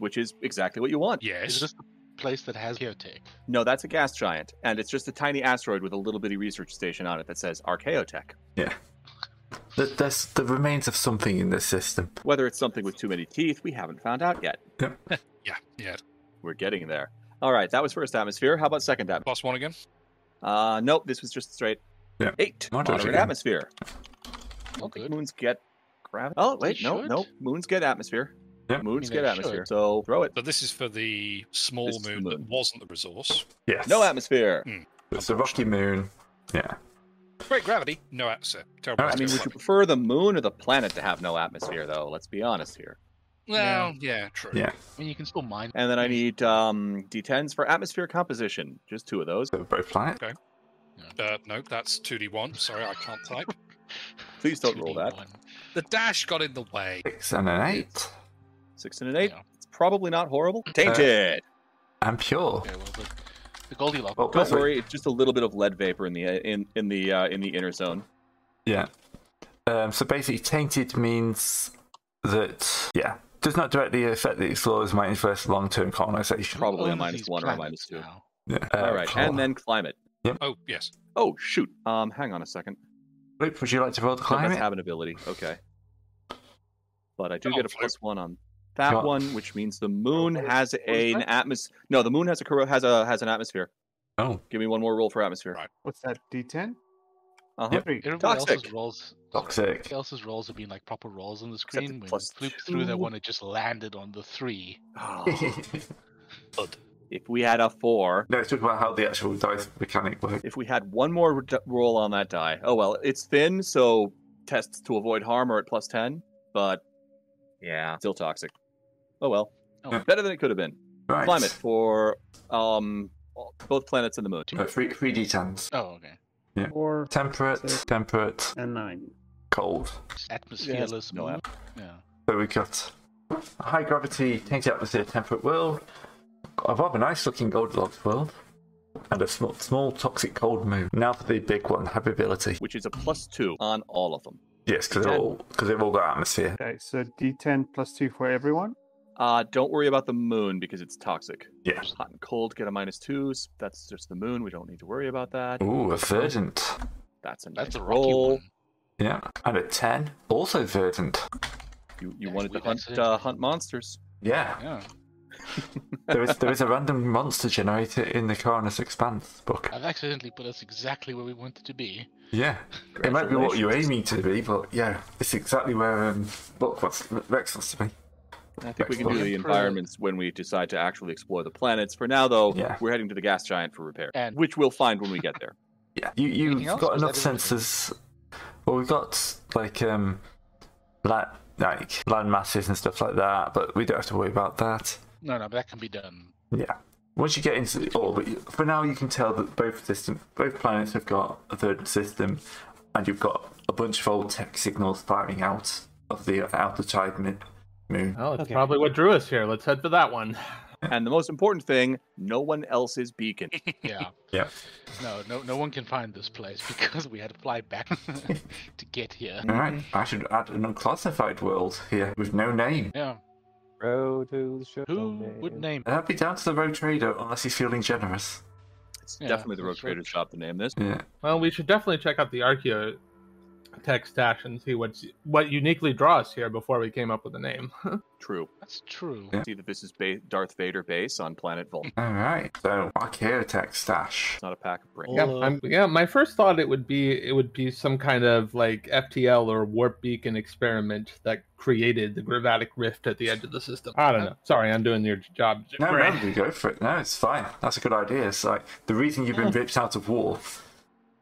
which is exactly what you want. yes. Is this the place that has geotech? No, that's a gas giant, and it's just a tiny asteroid with a little bitty research station on it that says Archaeotech. There- There's the remains of something in this system. Whether it's something with too many teeth, we haven't found out yet. yeah. Yeah. We're getting there. All right, that was first atmosphere. How about second atmosphere? Plus one again. Uh, nope, this was just straight Yeah. eight. Moderate Moderate again. atmosphere. I All don't think good. moons get gravity. Oh wait, They no, should. no, moons get atmosphere. Yeah. Moons I mean, get they atmosphere. should. So throw it. So this is for the small This is the moon, that moon. wasn't the resource. Yes. No atmosphere. It's a rocky moon. Yeah. Great gravity. No atmosphere. Terrible. All right. I mean, would you prefer the moon or the planet to have no atmosphere, though? Let's be honest here. Well, yeah. True. Yeah. I mean, you can still mine. And then I need um, D10s for atmosphere composition. Just two of those. So both planets. Uh, no, that's two D one. Sorry, I can't type. Please don't roll that. 2D1. The dash got in the way. Six and an eight. Six and an eight. Yeah. It's probably not horrible. Tainted. And pure. Oh, Okay, well, the, the Goldilocks. Well, Don't perfect. worry, it's just a little bit of lead vapor in the in in the uh, in the inner zone. Yeah. Um, so basically, tainted means that, yeah, does not directly affect the explorer's minds versus long term colonization. Probably a Own minus these one or a planets minus two. now. Yeah. Uh, All right, and then climate. Oh yes. Oh shoot. Um, hang on a second. Luke, would you like to roll the No, that's climate? habitability. Okay. But I do Oh, get a flip. plus one on that Got- one, which means the moon what is- has was an that? atmosphere. No, the moon has a cor- has a has an atmosphere. Oh, Give me one more roll for atmosphere. Right. What's that? D10? Uh-huh. Yep. Three. Everybody else's Toxic. rolls. toxic. Everybody else's rolls have been like proper rolls on the Except screen. the When you plus flew through that two. one, it just landed on the three. Ah, if we had a four, no, let's talk about how the actual dice mechanic works. if we had one more d- roll on that die. Oh well, it's thin, so tests to avoid harm are at plus ten. But yeah, still toxic. Oh well, Oh. better than it could have been. Right. Climate for um both planets and the moon. Uh, three, three D10s. Oh, okay. Four Temperate, Six. temperate, and nine. cold. Atmosphereless no moon. Yeah. So we got high gravity, tainted atmosphere, temperate world, a rather nice looking Goldilocks world, and a small, small toxic cold moon. Now for the big one, habitability. which is a plus two on all of them. Yes, because they've all because they've all got atmosphere. Okay, so D10 plus two for everyone. Uh, don't worry about the moon because it's toxic. Yeah. Hot and cold get a minus two. s- That's just the moon. We don't need to worry about that. Ooh, a verdant. That's a nice That's a rocky roll. one. Yeah, and a ten, also verdant. You, you Yeah, wanted we to hunt accidentally- uh, hunt monsters. Yeah, Yeah. there is there is a random monster generator in the Coroner's Expanse book. I've accidentally put us exactly where we wanted to be. Yeah, it might be what you're aiming to be, but yeah, it's exactly where um, book wants Rex wants to be. I think we can do Excellent. the environments when we decide to actually explore the planets. For now, though, Yeah. we're heading to the gas giant for repair, And- which we'll find when we get there. Yeah, you Anything you've else, got or is enough that everything? sensors. Well, we've got like um, la like land masses and stuff like that, but we don't have to worry about that. No, no, but that can be done. Yeah. Once you get into the orbit, for now you can tell that both system, both planets have got a third system, and you've got a bunch of old tech signals firing out of the outer tide mid moon. Well, Oh, it's Okay. probably what drew us here. Let's head for that one. and the most important thing: no one else's beacon. Yeah. Yeah. No, no, no one can find this place because we had to fly back to get here. All right, I should add an unclassified world here with no name. Yeah. Road to the Oh, ship. Who would name? That'd be down to the road trader unless he's feeling generous. It's Yeah, definitely the rogue that's right. trader's job to name this. Yeah. Well, we should definitely check out the Archeo text Ash and see what's what uniquely draws here before we came up with the name. True. That's true. Yeah. See that this is ba- Darth Vader base on planet Vol. All right. So Archaeotech stash. It's not a pack of brains. yeah, Hello. I'm, yeah. My first thought it would be it would be some kind of like FTL or warp beacon experiment that created the gravatic rift at the edge of the system. I don't know. Sorry, I'm doing your job. No, Brad. no, you go for it. No, it's fine. That's a good idea. It's like the reason you've been ripped out of war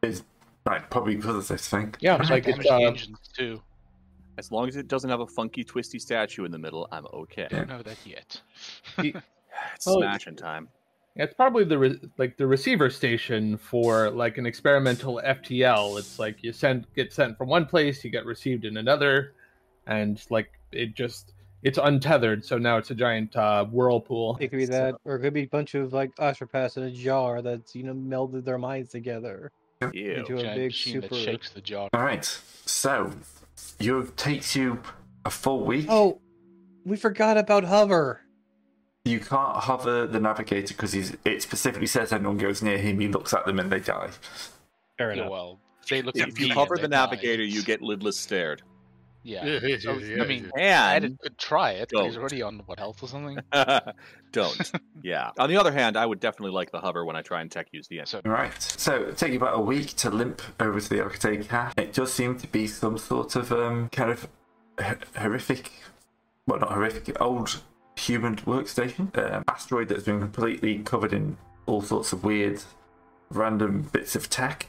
is like probably because of this thing. Yeah, Those like are it's damaged uh, engines too. As long as it doesn't have a funky twisty statue in the middle, I'm okay. Yeah. Don't know that yet. It's Oh, smashing time. It's probably the re- like the receiver station for like an experimental FTL. It's like you send get sent from one place, you get received in another, and like it just it's untethered. So now it's a giant uh, whirlpool. It could be that, or it could be a bunch of like osteropaths in a jar that's you know melded their minds together Ew. into a Giant big machine super. that shakes the jar. All right. So you takes you a full week. Oh, we forgot about hover. You can't hover the navigator because it specifically says anyone goes near him, he looks at them and they die. Fair Yeah, enough. well, they look at If you me cover and the they die. navigator, you get lidless stared. Yeah. So, I mean, I And could try it, but he's Don't. already on what health or something. don't. Yeah. On the other hand, I would definitely like the hover when I try and tech use the end. So Right. So it took you about a week to limp over to the Arcade Cat. It does seem to be some sort of um kind of h- horrific, well not horrific, old human workstation. Um, asteroid that's been completely covered in all sorts of weird, random bits of tech.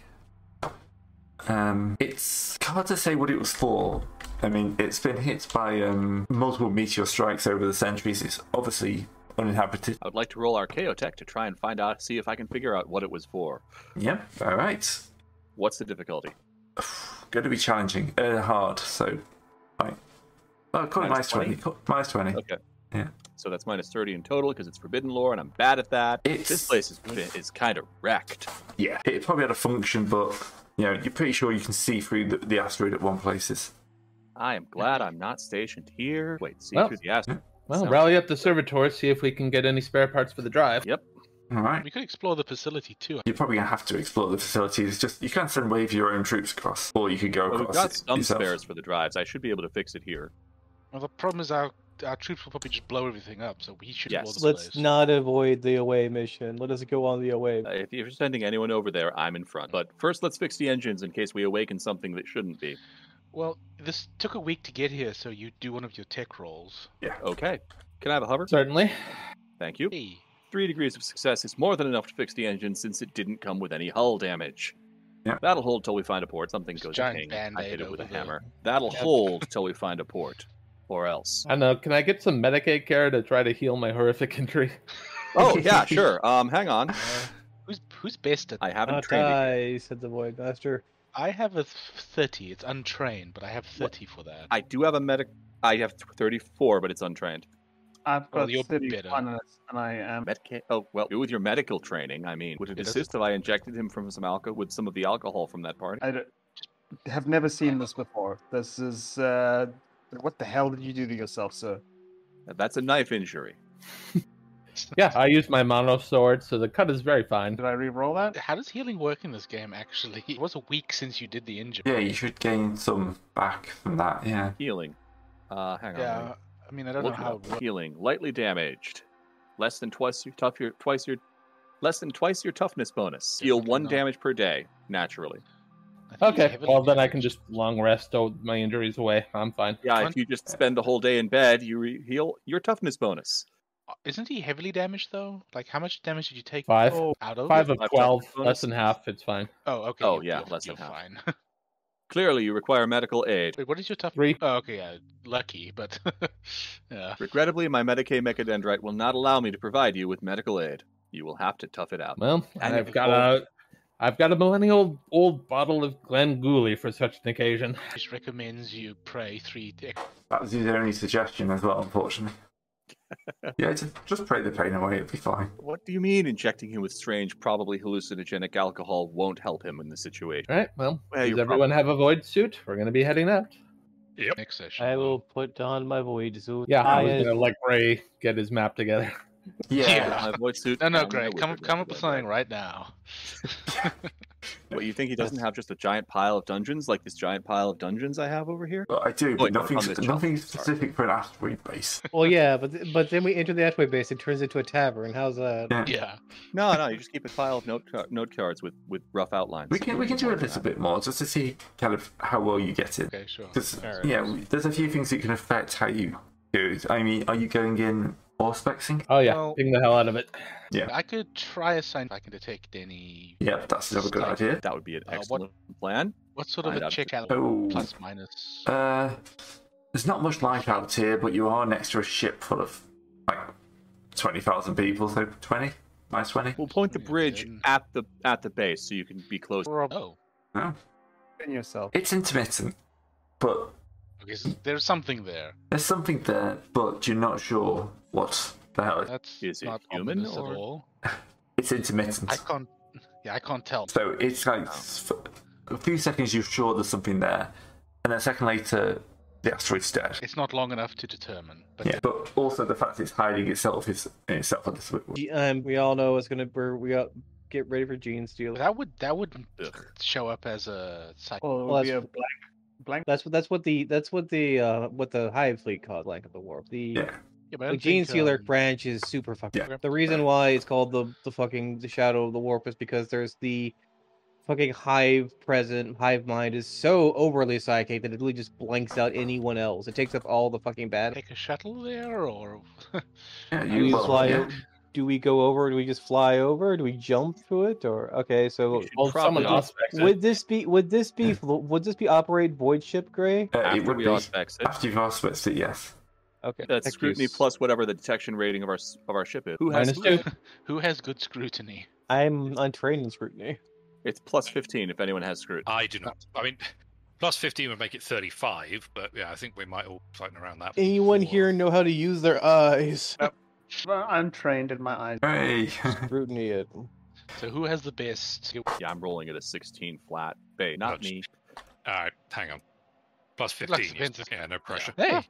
Um, it's hard to say what it was for. I mean, it's been hit by um, multiple meteor strikes over the centuries. It's obviously uninhabited. I would like to roll Archaeotech to try and find out, see if I can figure out what it was for. Yep. All right. What's the difficulty? going to be challenging, uh, hard. So, right. Oh, call it minus 20. Minus 20? Call, minus 20. Okay. Yeah. So that's minus 30 in total because it's forbidden lore and I'm bad at that. It's- This place is, is kind of wrecked. Yeah. It probably had a function, but you know, you're pretty sure you can see through the, the asteroid at one places. I am glad I'm not stationed here. Wait, see Well- through the asteroid. Well, Sounds- rally up the servitors, see if we can get any spare parts for the drive. Yep. All right. we could explore the facility too. You're probably going to have to explore the facilities. It's just you can send wave your own troops across, or you could go Well, across. we've got some yourself. spares for the drives. I should be able to fix it here. Well, the problem is our our troops will probably just blow everything up, so we should Yes. blow the Let's place. not avoid the away mission. Let us go on the away. Uh, if you're sending anyone over there, I'm in front. But first, let's fix the engines in case we awaken something that shouldn't be. Well, this took a week to get here, so you do one of your tech rolls. Okay. Can I have a hover? Certainly. Thank you. Hey, Three degrees of success is more than enough to fix the engine since it didn't come with any hull damage. Yeah. That'll hold till we find a port. Something Just goes giant ping. I hit Band-Aid it with a over the- hammer. That'll Yeah. hold till we find a port, or else. I don't know. Can I get some Medicaid care to try to heal my horrific injury? Oh yeah, sure. Um, hang on. uh, who's who's best at? I haven't Not trained. uh, it. I, said the void master. I have a th- thirty. It's untrained, but I have thirty for that. I do have a medic. I have 34, but it's untrained. I've Well, got you're 31 and it's- and I am. Medica- oh well, with your medical training, I mean, would it It doesn't- assist if I injected him from some alcohol with some of the alcohol from that party? I d- have never seen this before. This is. Uh, what the hell did you do to yourself, sir? That's a knife injury. Yeah, I used my mono sword, so the cut is very fine. Did I re-roll that? How does healing work in this game? Actually, it was a week since you did the injury. Yeah, you should gain some back from that. Yeah. Healing. Uh, hang on. let me Yeah, I mean, I don't know look it how up. it works. Healing. Lightly damaged. Less than twice your tough your twice your less than twice your toughness bonus. Deal Definitely one not. damage per day naturally. I think it's Okay, heavily well then I can damaged. just long rest. Oh, my injuries away. I'm fine. Yeah, Fun- if you just spend the whole day in bed, you re- heal your toughness bonus. Uh, Isn't he heavily damaged though? Like, how much damage did you take? Five. Out of Five it? of I've got twelve, bonus. less than half. It's fine. Oh, okay. Oh, you- yeah, you're- less than you're half. Fine. Clearly, you require medical aid. Wait, what is your tough? Three. Oh, okay, yeah, lucky, but yeah. Regrettably, my Medicaid mechadendrite will not allow me to provide you with medical aid. You will have to tough it out. Well, And I've it got a, I've got a millennial old bottle of Glengooley for such an occasion. Just recommends you pray three. Dick. That was his only suggestion as well, unfortunately. yeah, just, just pray the pain away. It'll be fine. What do you mean injecting him with strange, probably hallucinogenic alcohol won't help him in this situation? All right. Well, Well, does you're everyone have a void suit? We're gonna be heading out. Next session. I will put on my void suit. Yeah, I I was am- gonna let Ray get his map together. Yeah. Yeah. My voice suit No, no, and my Greg, come wizard come up with wizard. something right now. What, you think he doesn't have just a giant pile of dungeons like this giant pile of dungeons I have over here? Well, I do, but Wait, no, nothing, on this job. nothing Sorry. specific for an asteroid base. Well, yeah, but th- but then we enter the Atway base. It turns into a tavern. How's that? Yeah. No, no, you just keep a pile of note, ca- note cards with, with rough outlines. We can we can do a little bit more just to see kind of how well you get it. Okay, sure. Because Alright. yeah, we- there's a few things that can affect how you do it. I mean, are you going in or spexing? Oh yeah, Well- ping the hell out of it. Yeah. I could try a sign if I can detect any. Yeah, that's another good idea. That would be an Uh, what- excellent plan. What sort of Find a out if check it's- out Oh. plus minus? Uh, there's not much life out here, but you are next to a ship full of like twenty thousand people. So twenty minus twenty. We'll point the Yeah, bridge then- at the at the base so you can be close. Oh, No, In yourself. it's intermittent, but okay. So there's something there. there's something there, but you're not sure what the hell. it- That's Is it not human ominous or- at all. It's intermittent. I can't. Yeah, I can't tell. So it's like Oh. s- a few seconds you're sure there's something there, and then a second later the asteroid's dead. It's not long enough to determine. But Yeah, but also the fact it's hiding itself is in itself a little bit. weird. G- Um, we all know it's gonna. We're, we got get ready for Gene stealing. that would that would Ugh. show up as a psych. Well, it would Well, be a that's- blank, blank. That's what. That's what the. That's what the. Uh, what the Hive Fleet called Blank of the Warp. The Yeah, yeah, but the I don't Gene think, Stealer um, branch is super fucking. Yeah. The reason why it's called the the fucking the Shadow of the Warp is because there's the fucking Hive present. Hive mind is so overly psychic that it literally just blanks out anyone else. It takes up all the fucking bad. Take a shuttle there, or yeah, Do we you Well, fly? yeah. Uh, o- Do we go over? Do we just fly over? Do we jump to it? Or okay, so You should Well, someone probably else would this be would this be flo- would this be operate void ship gray? Uh, it After would we be auspex it, after you've aspected it. Yes, Okay, that's thank scrutiny yous. plus whatever the detection rating of our s- of our ship is. Who has Minus two. who has good scrutiny? I'm on training scrutiny. It's plus fifteen if anyone has screwed. I do not. I mean, plus 15 would make it 35, but yeah, I think we might all fighting around that. Anyone Four. here know how to use their eyes? Well, I'm trained in my eyes. hey, Scrutiny it. So who has the best? Yeah, I'm rolling at a sixteen flat. Bay, not Ouch. me. All right, hang on. Plus 15. Lux yes. Ventus. Yeah, no pressure. Hey,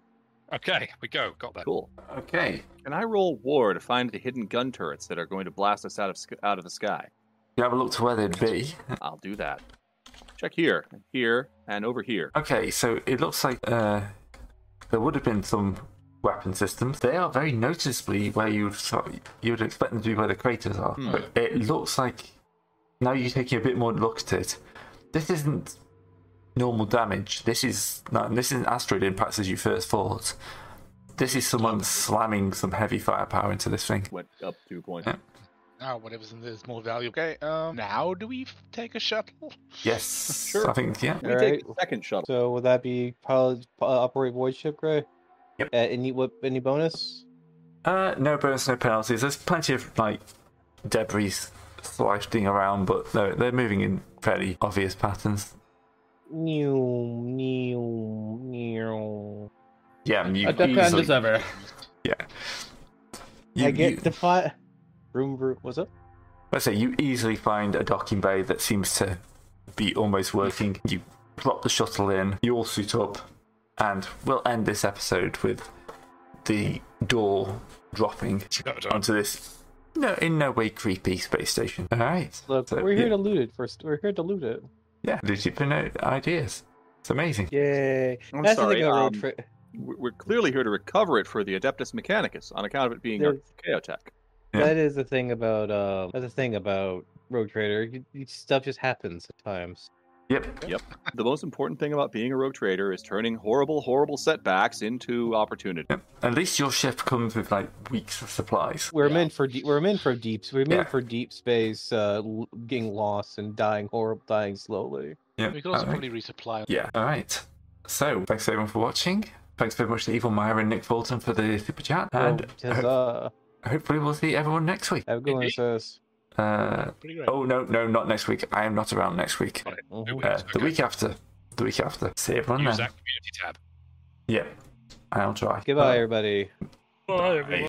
Okay, we go. Got that. Cool. okay, Can I roll war to find the hidden gun turrets that are going to blast us out of sk- out of the sky? you have a look to where they'd be. I'll do that. Check here, and here, and over here. Okay, so it looks like uh, there would have been some weapon systems. They are very noticeably where you'd sort- you would expect them to be where the craters are. Hmm. But it looks like now you're taking a bit more look at it. This isn't normal damage. This is not, this isn't asteroid impacts as you first thought. This is someone slamming some heavy firepower into this thing. Went up two points. Yeah. now ah, whatever's in there is more valuable. Okay, um, now do we f- take a shuttle? Yes, Sure. I think yeah. We All take right. the second shuttle. So would that be pilot uh, operate void ship gray? Yep. Uh, any what any bonus? Uh, no bonus, no penalties. There's plenty of like debris sliding around, but they're, they're moving in fairly obvious patterns. New new new. Yeah, you A death hand easily. as ever. You, I get you- the fi- Room room. What's up? let's say you easily find a docking bay that seems to be almost working. You plop the shuttle in. You all suit up, and we'll end this episode with the door dropping No, no. onto this. No, in no way creepy space station. All right. Look, So, we're here yeah. to loot it first. We're here to loot it. Yeah, legit for no ideas. It's amazing. Yay! I'm That's sorry, the thing about road um, trip. We're we're clearly here to recover it for the Adeptus Mechanicus on account of it being our There- chaotech. Yeah. That is the thing about um. That's the thing about Road Trader. You, you, stuff just happens at times. Yep. The most important thing about being a rogue trader is turning horrible, horrible setbacks into opportunity. At least your ship comes with like weeks of supplies. We're Yeah. meant for deep. We're meant for deep. We're meant Yeah. for deep space. Uh, l- getting lost and dying horrible, dying slowly. Yeah. We could also Alright. probably resupply. Yeah. All right. So thanks everyone for watching. Thanks very much to Evil Myra and Nick Fulton for the super chat, and oh, huzzah. hopefully we'll see everyone next week. Have a good one, Indeed. sis. Uh, Pretty great. oh no, no, not next week. I am not around next week. Mhm. Uh, the Okay. week after. The week after. See everyone Use then. that community tab. Yeah. I'll try. Goodbye, everybody. Bye.